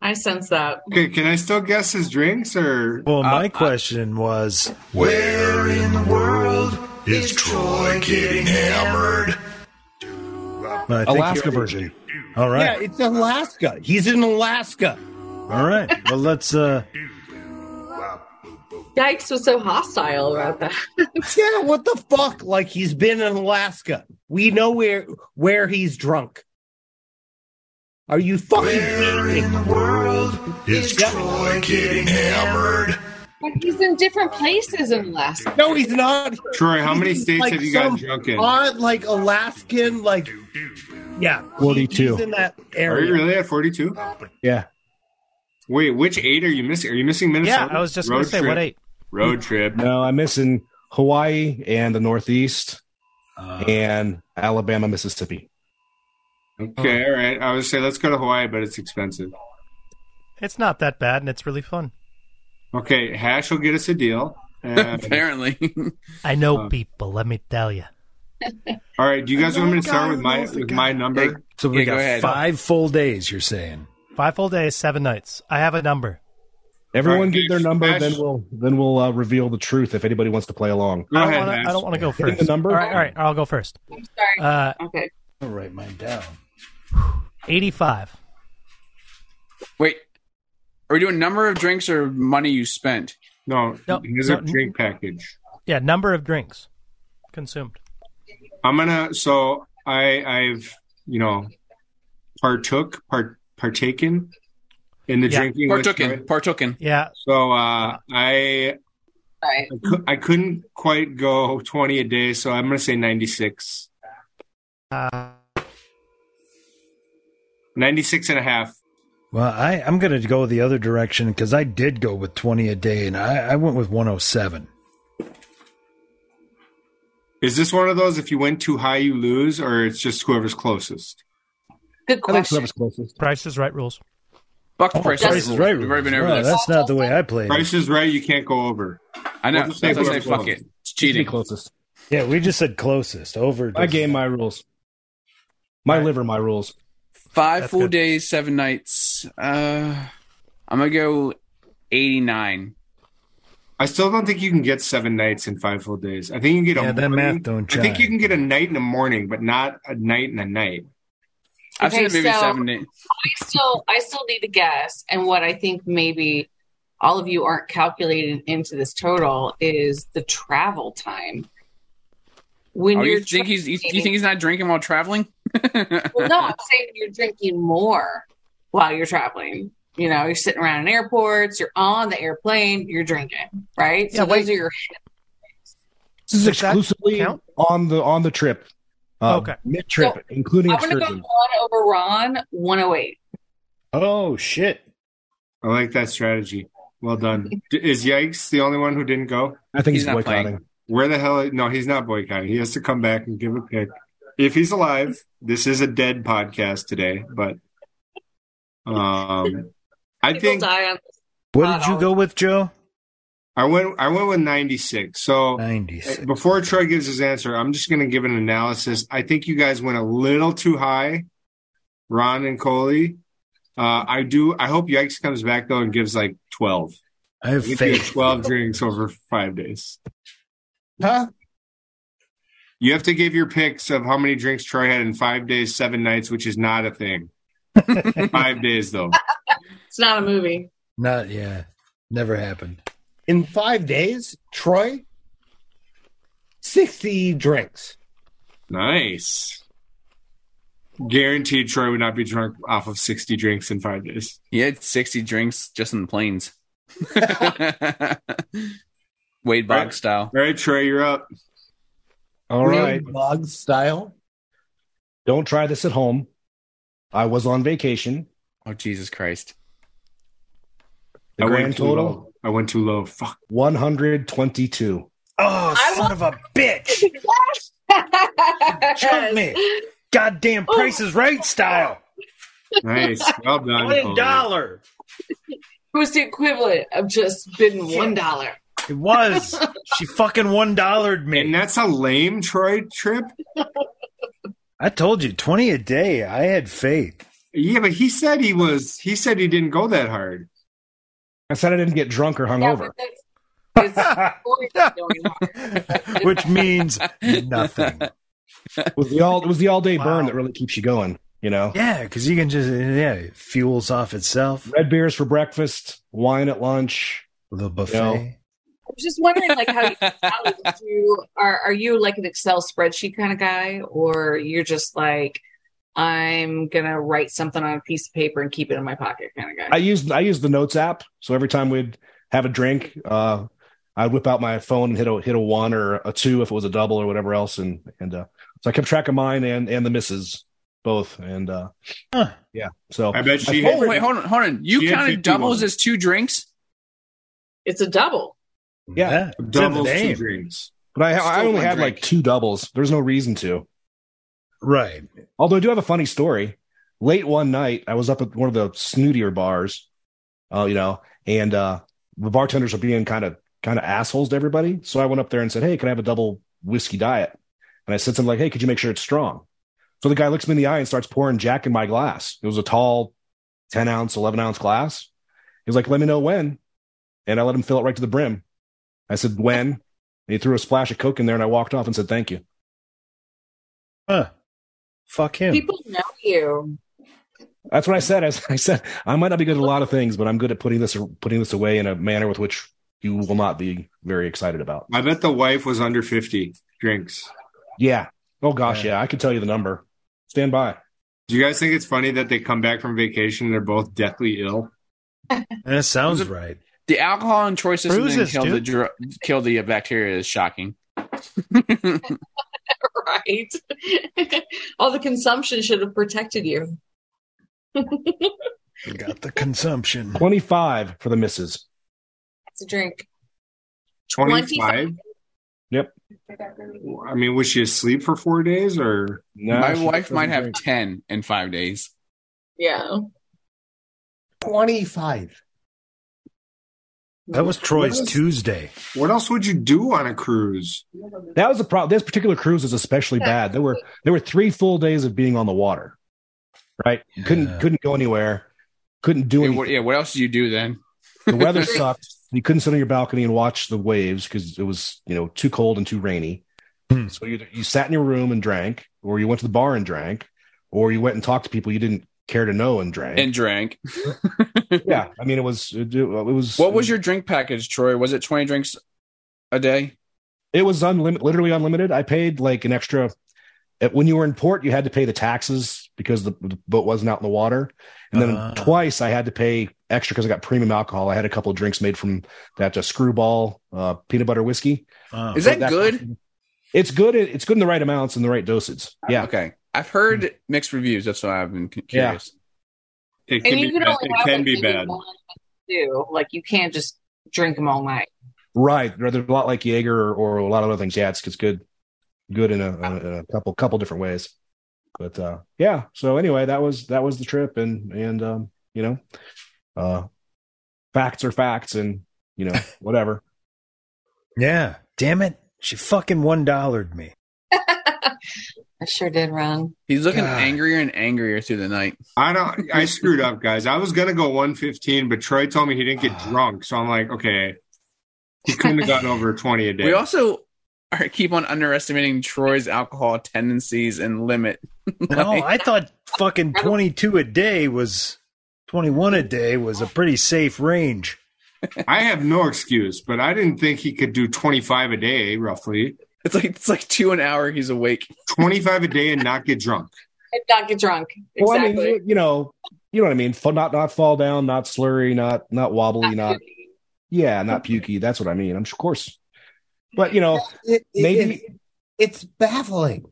Speaker 4: I sense that.
Speaker 6: Okay, can I still guess his drinks or uh,
Speaker 1: well, my question was
Speaker 11: Where in the world is Troy getting hammered?
Speaker 1: I think
Speaker 2: Alaska
Speaker 1: you-
Speaker 2: version.
Speaker 1: All
Speaker 3: Yeah,
Speaker 1: right.
Speaker 3: it's Alaska. He's in Alaska.
Speaker 1: All right. Well, let's uh
Speaker 4: Dykes was so hostile about that.
Speaker 3: Yeah, what the fuck? Like he's been in Alaska. We know where where he's drunk. Are you fucking
Speaker 11: Where
Speaker 3: kidding
Speaker 11: in
Speaker 3: me?
Speaker 11: the world is
Speaker 3: Yep.
Speaker 11: Troy getting hammered?
Speaker 4: [laughs] But he's in different places in Alaska.
Speaker 3: No, he's not.
Speaker 6: Troy? How many
Speaker 3: He's
Speaker 6: states
Speaker 3: like
Speaker 6: have you gotten
Speaker 3: some
Speaker 6: drunk in? Are
Speaker 3: Odd, like Alaskan, like yeah,
Speaker 2: 42.
Speaker 3: He's in that
Speaker 6: you
Speaker 3: area.
Speaker 6: really at forty two?
Speaker 2: Yeah.
Speaker 6: Wait, which eight are you missing? Are you missing Minnesota?
Speaker 8: I was just gonna say, what
Speaker 6: trip.
Speaker 8: eight?
Speaker 6: Road trip.
Speaker 2: No, I'm missing Hawaii and the Northeast
Speaker 6: Uh,
Speaker 2: and Alabama, Mississippi.
Speaker 6: okay, all right. I would say let's go to Hawaii, but it's expensive.
Speaker 8: It's not that bad, and it's really fun.
Speaker 6: Okay, Hash will get us a deal. And-
Speaker 5: Apparently. [laughs]
Speaker 8: I know
Speaker 6: Um,
Speaker 8: people. Let me tell you.
Speaker 6: all right, do you guys
Speaker 1: I know
Speaker 6: want me
Speaker 1: the
Speaker 6: to
Speaker 1: guy
Speaker 6: start with
Speaker 1: who
Speaker 6: my
Speaker 1: knows the
Speaker 6: with
Speaker 1: guy.
Speaker 6: my number?
Speaker 1: So we
Speaker 5: Yeah, go
Speaker 1: got
Speaker 5: ahead.
Speaker 1: five full days. You're saying
Speaker 8: Five full days, seven nights. I have a number.
Speaker 2: Everyone
Speaker 6: All right,
Speaker 2: give their number,
Speaker 6: Ash-
Speaker 2: then we'll then we'll uh, reveal the truth if anybody wants to play along.
Speaker 6: Go
Speaker 8: I don't
Speaker 6: ahead,
Speaker 8: wanna-
Speaker 6: Hash.
Speaker 8: I don't want to go
Speaker 2: Give
Speaker 8: first.
Speaker 2: the number.
Speaker 8: All right, all right, I'll go first.
Speaker 4: I'm sorry.
Speaker 8: Uh,
Speaker 4: okay.
Speaker 1: I'll write mine down.
Speaker 8: 85.
Speaker 5: Wait. Are we doing number of drinks or money you spent?
Speaker 6: No,
Speaker 8: No,
Speaker 6: here's
Speaker 8: no,
Speaker 6: a drink package.
Speaker 8: Yeah, number of drinks consumed.
Speaker 6: I'm gonna. So I, I've you know, partook, part, partaken in the
Speaker 8: Yeah.
Speaker 6: drinking. with
Speaker 5: Partook in.
Speaker 6: Troy.
Speaker 5: Partook in.
Speaker 8: Yeah,
Speaker 6: So uh, I
Speaker 4: Sorry.
Speaker 6: I cou- I couldn't quite go 20 a day, so I'm gonna say 96,
Speaker 8: uh,
Speaker 6: 96 and a half.
Speaker 1: Well, I, I'm going to go the other direction because I did go with 20 a day and I, I went with 107.
Speaker 6: Is this one of those if you went too high you lose, or it's just whoever's closest?
Speaker 2: I
Speaker 4: Good
Speaker 2: think
Speaker 4: question.
Speaker 2: whoever's closest.
Speaker 8: Price is Right rules.
Speaker 5: Buck price.
Speaker 4: Price
Speaker 5: is right. We've
Speaker 1: Rules.
Speaker 5: already been over
Speaker 1: Well,
Speaker 5: this.
Speaker 1: That's not the way I played. it.
Speaker 6: Price is right, you can't go over.
Speaker 5: I know.
Speaker 6: We'll just
Speaker 5: That's why I say
Speaker 6: say
Speaker 5: fuck
Speaker 6: closest.
Speaker 5: it. It's
Speaker 2: Be
Speaker 5: cheating.
Speaker 2: closest.
Speaker 1: Yeah, we just said closest over.
Speaker 2: My game, my rules. My liver, my rules.
Speaker 5: Five
Speaker 8: That's
Speaker 5: full
Speaker 8: good.
Speaker 5: days, seven nights. Uh, I'm gonna go 89.
Speaker 6: I still don't think you can get seven nights in five full days. I think you can get
Speaker 1: Yeah,
Speaker 6: a
Speaker 1: that
Speaker 6: morning.
Speaker 1: math don't
Speaker 6: I think you
Speaker 1: jive.
Speaker 6: can get a night and a morning, but not a night and a night.
Speaker 5: I've
Speaker 4: Okay,
Speaker 5: seen it maybe
Speaker 4: so-
Speaker 5: seven days.
Speaker 4: I still I still need to guess, and what I think maybe all of you aren't calculating into this total is the travel time. When
Speaker 5: Oh,
Speaker 4: you're
Speaker 5: you think he's? You, you
Speaker 4: drinking-
Speaker 5: think he's not drinking while traveling?
Speaker 4: well, no, I'm saying you're drinking more while you're traveling. You know, you're sitting around in airports, you're on the airplane, you're drinking, right?
Speaker 8: Yeah,
Speaker 4: so
Speaker 8: wait.
Speaker 4: those are your
Speaker 2: This is
Speaker 8: Does that
Speaker 2: exclusively
Speaker 8: count?
Speaker 2: on the on the trip. Uh,
Speaker 8: Okay.
Speaker 2: Mid trip,
Speaker 4: So,
Speaker 2: including
Speaker 4: I'm gonna go
Speaker 2: excursions.
Speaker 4: one over Ron, one oh eight.
Speaker 1: Oh shit!
Speaker 6: I like that strategy. Well
Speaker 4: [laughs]
Speaker 6: done. D- is Yikes the only one who didn't go?
Speaker 2: I think
Speaker 5: He's
Speaker 2: he's,
Speaker 5: not playing.
Speaker 2: boycotting.
Speaker 6: Where the hell? No, he's not boycotting. He has to come back and give a pick. If he's alive, this is a dead podcast today. But um, I
Speaker 4: People
Speaker 6: think
Speaker 4: die on
Speaker 1: What did you go with, Joe?
Speaker 6: I went. I went with ninety six.
Speaker 1: Uh,
Speaker 6: So
Speaker 1: 96.
Speaker 6: Uh, before Troy gives his answer, I'm just going to give an analysis. I think you guys went a little too high, Ron and Coley. Uh, I do. I hope Yikes comes back though and gives like twelve.
Speaker 1: I have
Speaker 6: I think you had
Speaker 1: faith.
Speaker 6: twelve drinks over five days.
Speaker 3: Huh?
Speaker 6: You have to give your picks of how many drinks Troy had in five days, seven nights, which is not a
Speaker 2: [laughs]
Speaker 6: thing. five days though.
Speaker 4: It's not a movie.
Speaker 1: Not yeah. Never happened.
Speaker 3: In five days, Troy, 60 drinks.
Speaker 6: Nice. Guaranteed Troy would not be drunk off of sixty drinks in five days.
Speaker 5: He had 60 drinks just in the planes. [laughs] Wade Boggs style.
Speaker 6: All right, Troy, you're up.
Speaker 2: All right.
Speaker 3: Vlog style.
Speaker 2: Don't try this at home. I was on vacation.
Speaker 5: Oh Jesus Christ!
Speaker 2: The
Speaker 6: I
Speaker 2: grand
Speaker 6: too
Speaker 2: total
Speaker 6: low. I went too low. Fuck.
Speaker 2: 122.
Speaker 1: Oh,
Speaker 4: I
Speaker 1: son of a bitch!
Speaker 4: [laughs]
Speaker 1: Chunk me. Goddamn Price is Right style. [laughs]
Speaker 6: Nice. Well done.
Speaker 1: One
Speaker 6: Coley.
Speaker 1: dollar.
Speaker 4: It was the equivalent of just bidding one dollar.
Speaker 1: It [laughs] was. she fucking one dollared
Speaker 6: And
Speaker 1: me.
Speaker 6: that's a lame Troy trip.
Speaker 1: I told you, twenty a day. I had faith. [laughs]
Speaker 6: Yeah, but he said he was. He said he didn't go that hard.
Speaker 2: I said I didn't get drunk or hungover.
Speaker 4: It's, [laughs] it's going hard.
Speaker 1: Which means nothing.
Speaker 2: It was the all it was the all day
Speaker 8: Wow.
Speaker 2: burn that really keeps you going, you know.
Speaker 1: Yeah, because you can just yeah, it fuels off itself.
Speaker 2: Red beers for breakfast, wine at lunch.
Speaker 1: The buffet.
Speaker 2: No.
Speaker 4: I was just wondering, like, how you, how you are? Are you like an Excel spreadsheet kind of guy, or you're just like, I'm gonna write something on a piece of paper and keep it in my pocket kind of guy?
Speaker 2: I used I used the notes app, so every time we'd have a drink, uh, I'd whip out my phone and hit a hit a one or a two if it was a double or whatever else, and and uh, so I kept track of mine and and the misses. both, and uh,
Speaker 1: Huh.
Speaker 2: yeah. So
Speaker 6: I bet she
Speaker 2: My
Speaker 5: Oh
Speaker 6: hit-
Speaker 2: favorite-
Speaker 5: wait, hold on, hold on. You
Speaker 6: She had
Speaker 5: counted
Speaker 6: 51.
Speaker 5: doubles as two drinks.
Speaker 4: It's a double.
Speaker 2: Yeah.
Speaker 1: it's in the
Speaker 6: doubles two
Speaker 1: name.
Speaker 6: drinks.
Speaker 2: but I, I
Speaker 5: Still
Speaker 2: only
Speaker 5: one
Speaker 2: had
Speaker 5: drink.
Speaker 2: like two doubles. There's no reason to.
Speaker 1: Right.
Speaker 2: Although I do have a funny story. Late one night, I was up at one of the snootier bars, uh, you know, and uh, the bartenders were being kind of kind of assholes to everybody. So I went up there and said, "Hey, can I have a double whiskey diet?" And I said something like, "Hey, could you make sure it's strong?" So the guy looks me in the eye and starts pouring Jack in my glass. It was a tall, ten ounce, eleven ounce glass. He was like, "Let me know when," and I let him fill it right to the brim. I said, "When?" And he threw a splash of Coke in there, and I walked off and said, "Thank you."
Speaker 1: Huh. Fuck him.
Speaker 4: People know you. [laughs]
Speaker 2: That's what I said. I, I said I might not be good at a lot of things, but I'm good at putting this putting this away in a manner with which you will not be very excited about.
Speaker 6: I bet the wife was under 50 drinks.
Speaker 2: Yeah. Oh gosh, yeah. I could tell you the number. Stand by.
Speaker 6: Do you guys think it's funny that they come back from vacation and they're both deathly ill?
Speaker 1: that sounds right.
Speaker 5: The alcohol in Troy system didn't
Speaker 8: Bruises,
Speaker 5: kill the
Speaker 8: dude.
Speaker 5: dr- kill the bacteria is shocking.
Speaker 4: Right. [laughs] All the consumption should have protected you.
Speaker 1: Got the
Speaker 2: [laughs]
Speaker 1: consumption.
Speaker 2: Twenty five for the misses.
Speaker 4: It's a drink.
Speaker 6: 25?
Speaker 2: Yep.
Speaker 6: I mean, was she asleep for four days or?
Speaker 2: No,
Speaker 5: My
Speaker 2: she
Speaker 5: wife
Speaker 2: doesn't
Speaker 5: might have
Speaker 2: drink.
Speaker 5: ten in five days.
Speaker 4: Yeah.
Speaker 3: Twenty five.
Speaker 1: That was Troy's
Speaker 6: What is-
Speaker 1: Tuesday.
Speaker 6: What else would you do on a cruise?
Speaker 2: That was the problem. This particular cruise is especially bad. There were there were three full days of being on the water. Right? Couldn't
Speaker 1: Yeah.
Speaker 2: couldn't go anywhere. Couldn't do
Speaker 5: Yeah,
Speaker 2: anything.
Speaker 5: what, yeah, what else do you do then? [laughs]
Speaker 2: The weather sucked. You couldn't sit on your balcony and watch the waves because it was, you know, too cold and too rainy.
Speaker 1: Hmm.
Speaker 2: So you you sat in your room and drank, or you went to the bar and drank, or you went and talked to people you didn't care to know and drank.
Speaker 5: And drank.
Speaker 2: [laughs] yeah, I mean, it was it, it was
Speaker 5: What was your drink package, Troy? Was it twenty drinks a day?
Speaker 2: It was unlimited, literally unlimited. I paid like an extra. at- When you were in port, you had to pay the taxes because the, the boat wasn't out in the water, and then
Speaker 5: Uh-huh.
Speaker 1: Ah.
Speaker 2: twice I had to pay extra because I got premium alcohol. I had a couple of drinks made from that uh, screwball uh, peanut butter whiskey.
Speaker 1: Oh.
Speaker 5: Is that good?
Speaker 2: It's good. it- It's good in the right amounts and the right dosage. Yeah. Mm.
Speaker 5: Okay. I've heard mixed reviews. That's why I've been cu-
Speaker 2: Yeah.
Speaker 5: curious.
Speaker 6: It
Speaker 4: And
Speaker 6: can
Speaker 4: you
Speaker 6: be
Speaker 4: can
Speaker 6: bad.
Speaker 4: only
Speaker 6: It
Speaker 4: have
Speaker 6: can
Speaker 4: like
Speaker 6: be
Speaker 4: maybe
Speaker 6: bad.
Speaker 4: one or two. Like you can't just drink them all night. [laughs]
Speaker 2: Right. There's a lot like Jaeger or, or a lot of other things. Yeah, it's, it's good. Good in a, in a couple couple different ways. But uh, yeah. So anyway, that was that was the trip, and and um, you know, uh, facts are facts, and you know whatever.
Speaker 1: Yeah. Damn it. She fucking one dollared me.
Speaker 4: I sure did run.
Speaker 5: He's looking
Speaker 1: God.
Speaker 5: angrier and angrier through the night.
Speaker 6: I don't. I screwed up, guys. I was gonna go 115, but Troy told me he didn't get drunk, so I'm like, okay, he couldn't have gotten over 20 a day.
Speaker 5: We also [laughs] are, keep on underestimating Troy's alcohol tendencies and limit.
Speaker 1: No, I thought fucking 22 a day was 21 a day was a pretty safe range.
Speaker 6: I have no excuse, but I didn't think he could do 25 a day, roughly
Speaker 5: It's like it's like two an hour. He's awake. [laughs]
Speaker 6: 25 a day, and not get drunk.
Speaker 4: And not get drunk.
Speaker 2: Well, I
Speaker 4: Exactly.
Speaker 2: mean, you, you know, you know what I mean. F- Not not fall down, not slurry, not not wobbly, not yeah, not pukey. That's what I mean. I'm sure, of course. But you know,
Speaker 3: It, it-
Speaker 2: Maybe-
Speaker 3: it- it's baffling.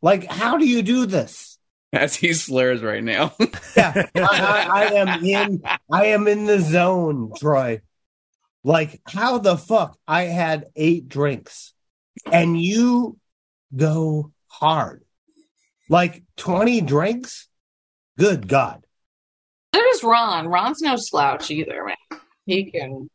Speaker 3: Like, how do you do this?
Speaker 5: as he slurs right now.
Speaker 3: Yeah, I, I, I am in. I am in the zone, Troy. Like, how the fuck? I had eight drinks, and you go hard. Like twenty drinks. Good God!
Speaker 4: So does Ron. Ron's no slouch either, man. He can.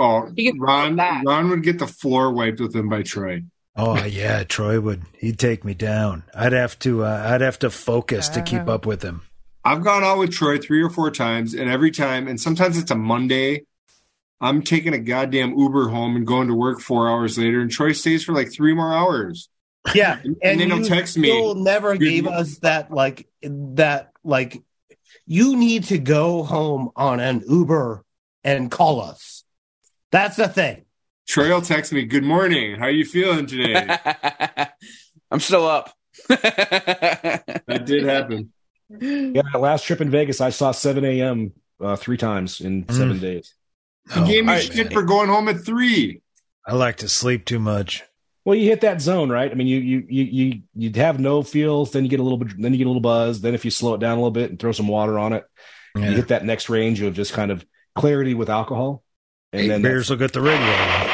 Speaker 6: Oh,
Speaker 4: You can
Speaker 6: Ron!
Speaker 4: throw it back.
Speaker 6: Ron would get the floor wiped with him by Troy.
Speaker 1: Oh yeah, Troy would. He'd take me down. I'd have to. Uh, I'd have to focus to keep up with him.
Speaker 6: I've gone out with Troy three or four times, and every time, and sometimes it's a Monday. I'm taking a goddamn Uber home and going to work four hours later, and Troy stays for like three more hours.
Speaker 3: Yeah, and,
Speaker 6: and then he'll
Speaker 3: you
Speaker 6: text me.
Speaker 3: still Never
Speaker 6: Good
Speaker 3: gave
Speaker 6: mo-
Speaker 3: us that. Like that. Like you need to go home on an Uber and call us. That's the thing.
Speaker 6: Troy will text me, "Good morning. How you feeling
Speaker 5: [laughs]
Speaker 6: today?"
Speaker 5: I'm still up. [laughs]
Speaker 6: that did happen.
Speaker 2: yeah, that last trip in Vegas, I saw 7 a.m. Uh, three times in seven days.
Speaker 6: He gave me
Speaker 1: Oh,
Speaker 5: Oh. all right,
Speaker 6: shit
Speaker 5: man.
Speaker 6: for going home at three.
Speaker 1: I like to sleep too much.
Speaker 2: Well, you hit that zone, right? I mean, you you you you you'd have no feels, then you get a little bit, then you get a little buzz. Then if you slow it down a little bit and throw some water on it,
Speaker 1: Yeah.
Speaker 2: you hit that next range of just kind of clarity with alcohol.
Speaker 1: Eight
Speaker 2: And then
Speaker 1: beers will get the rig rolling.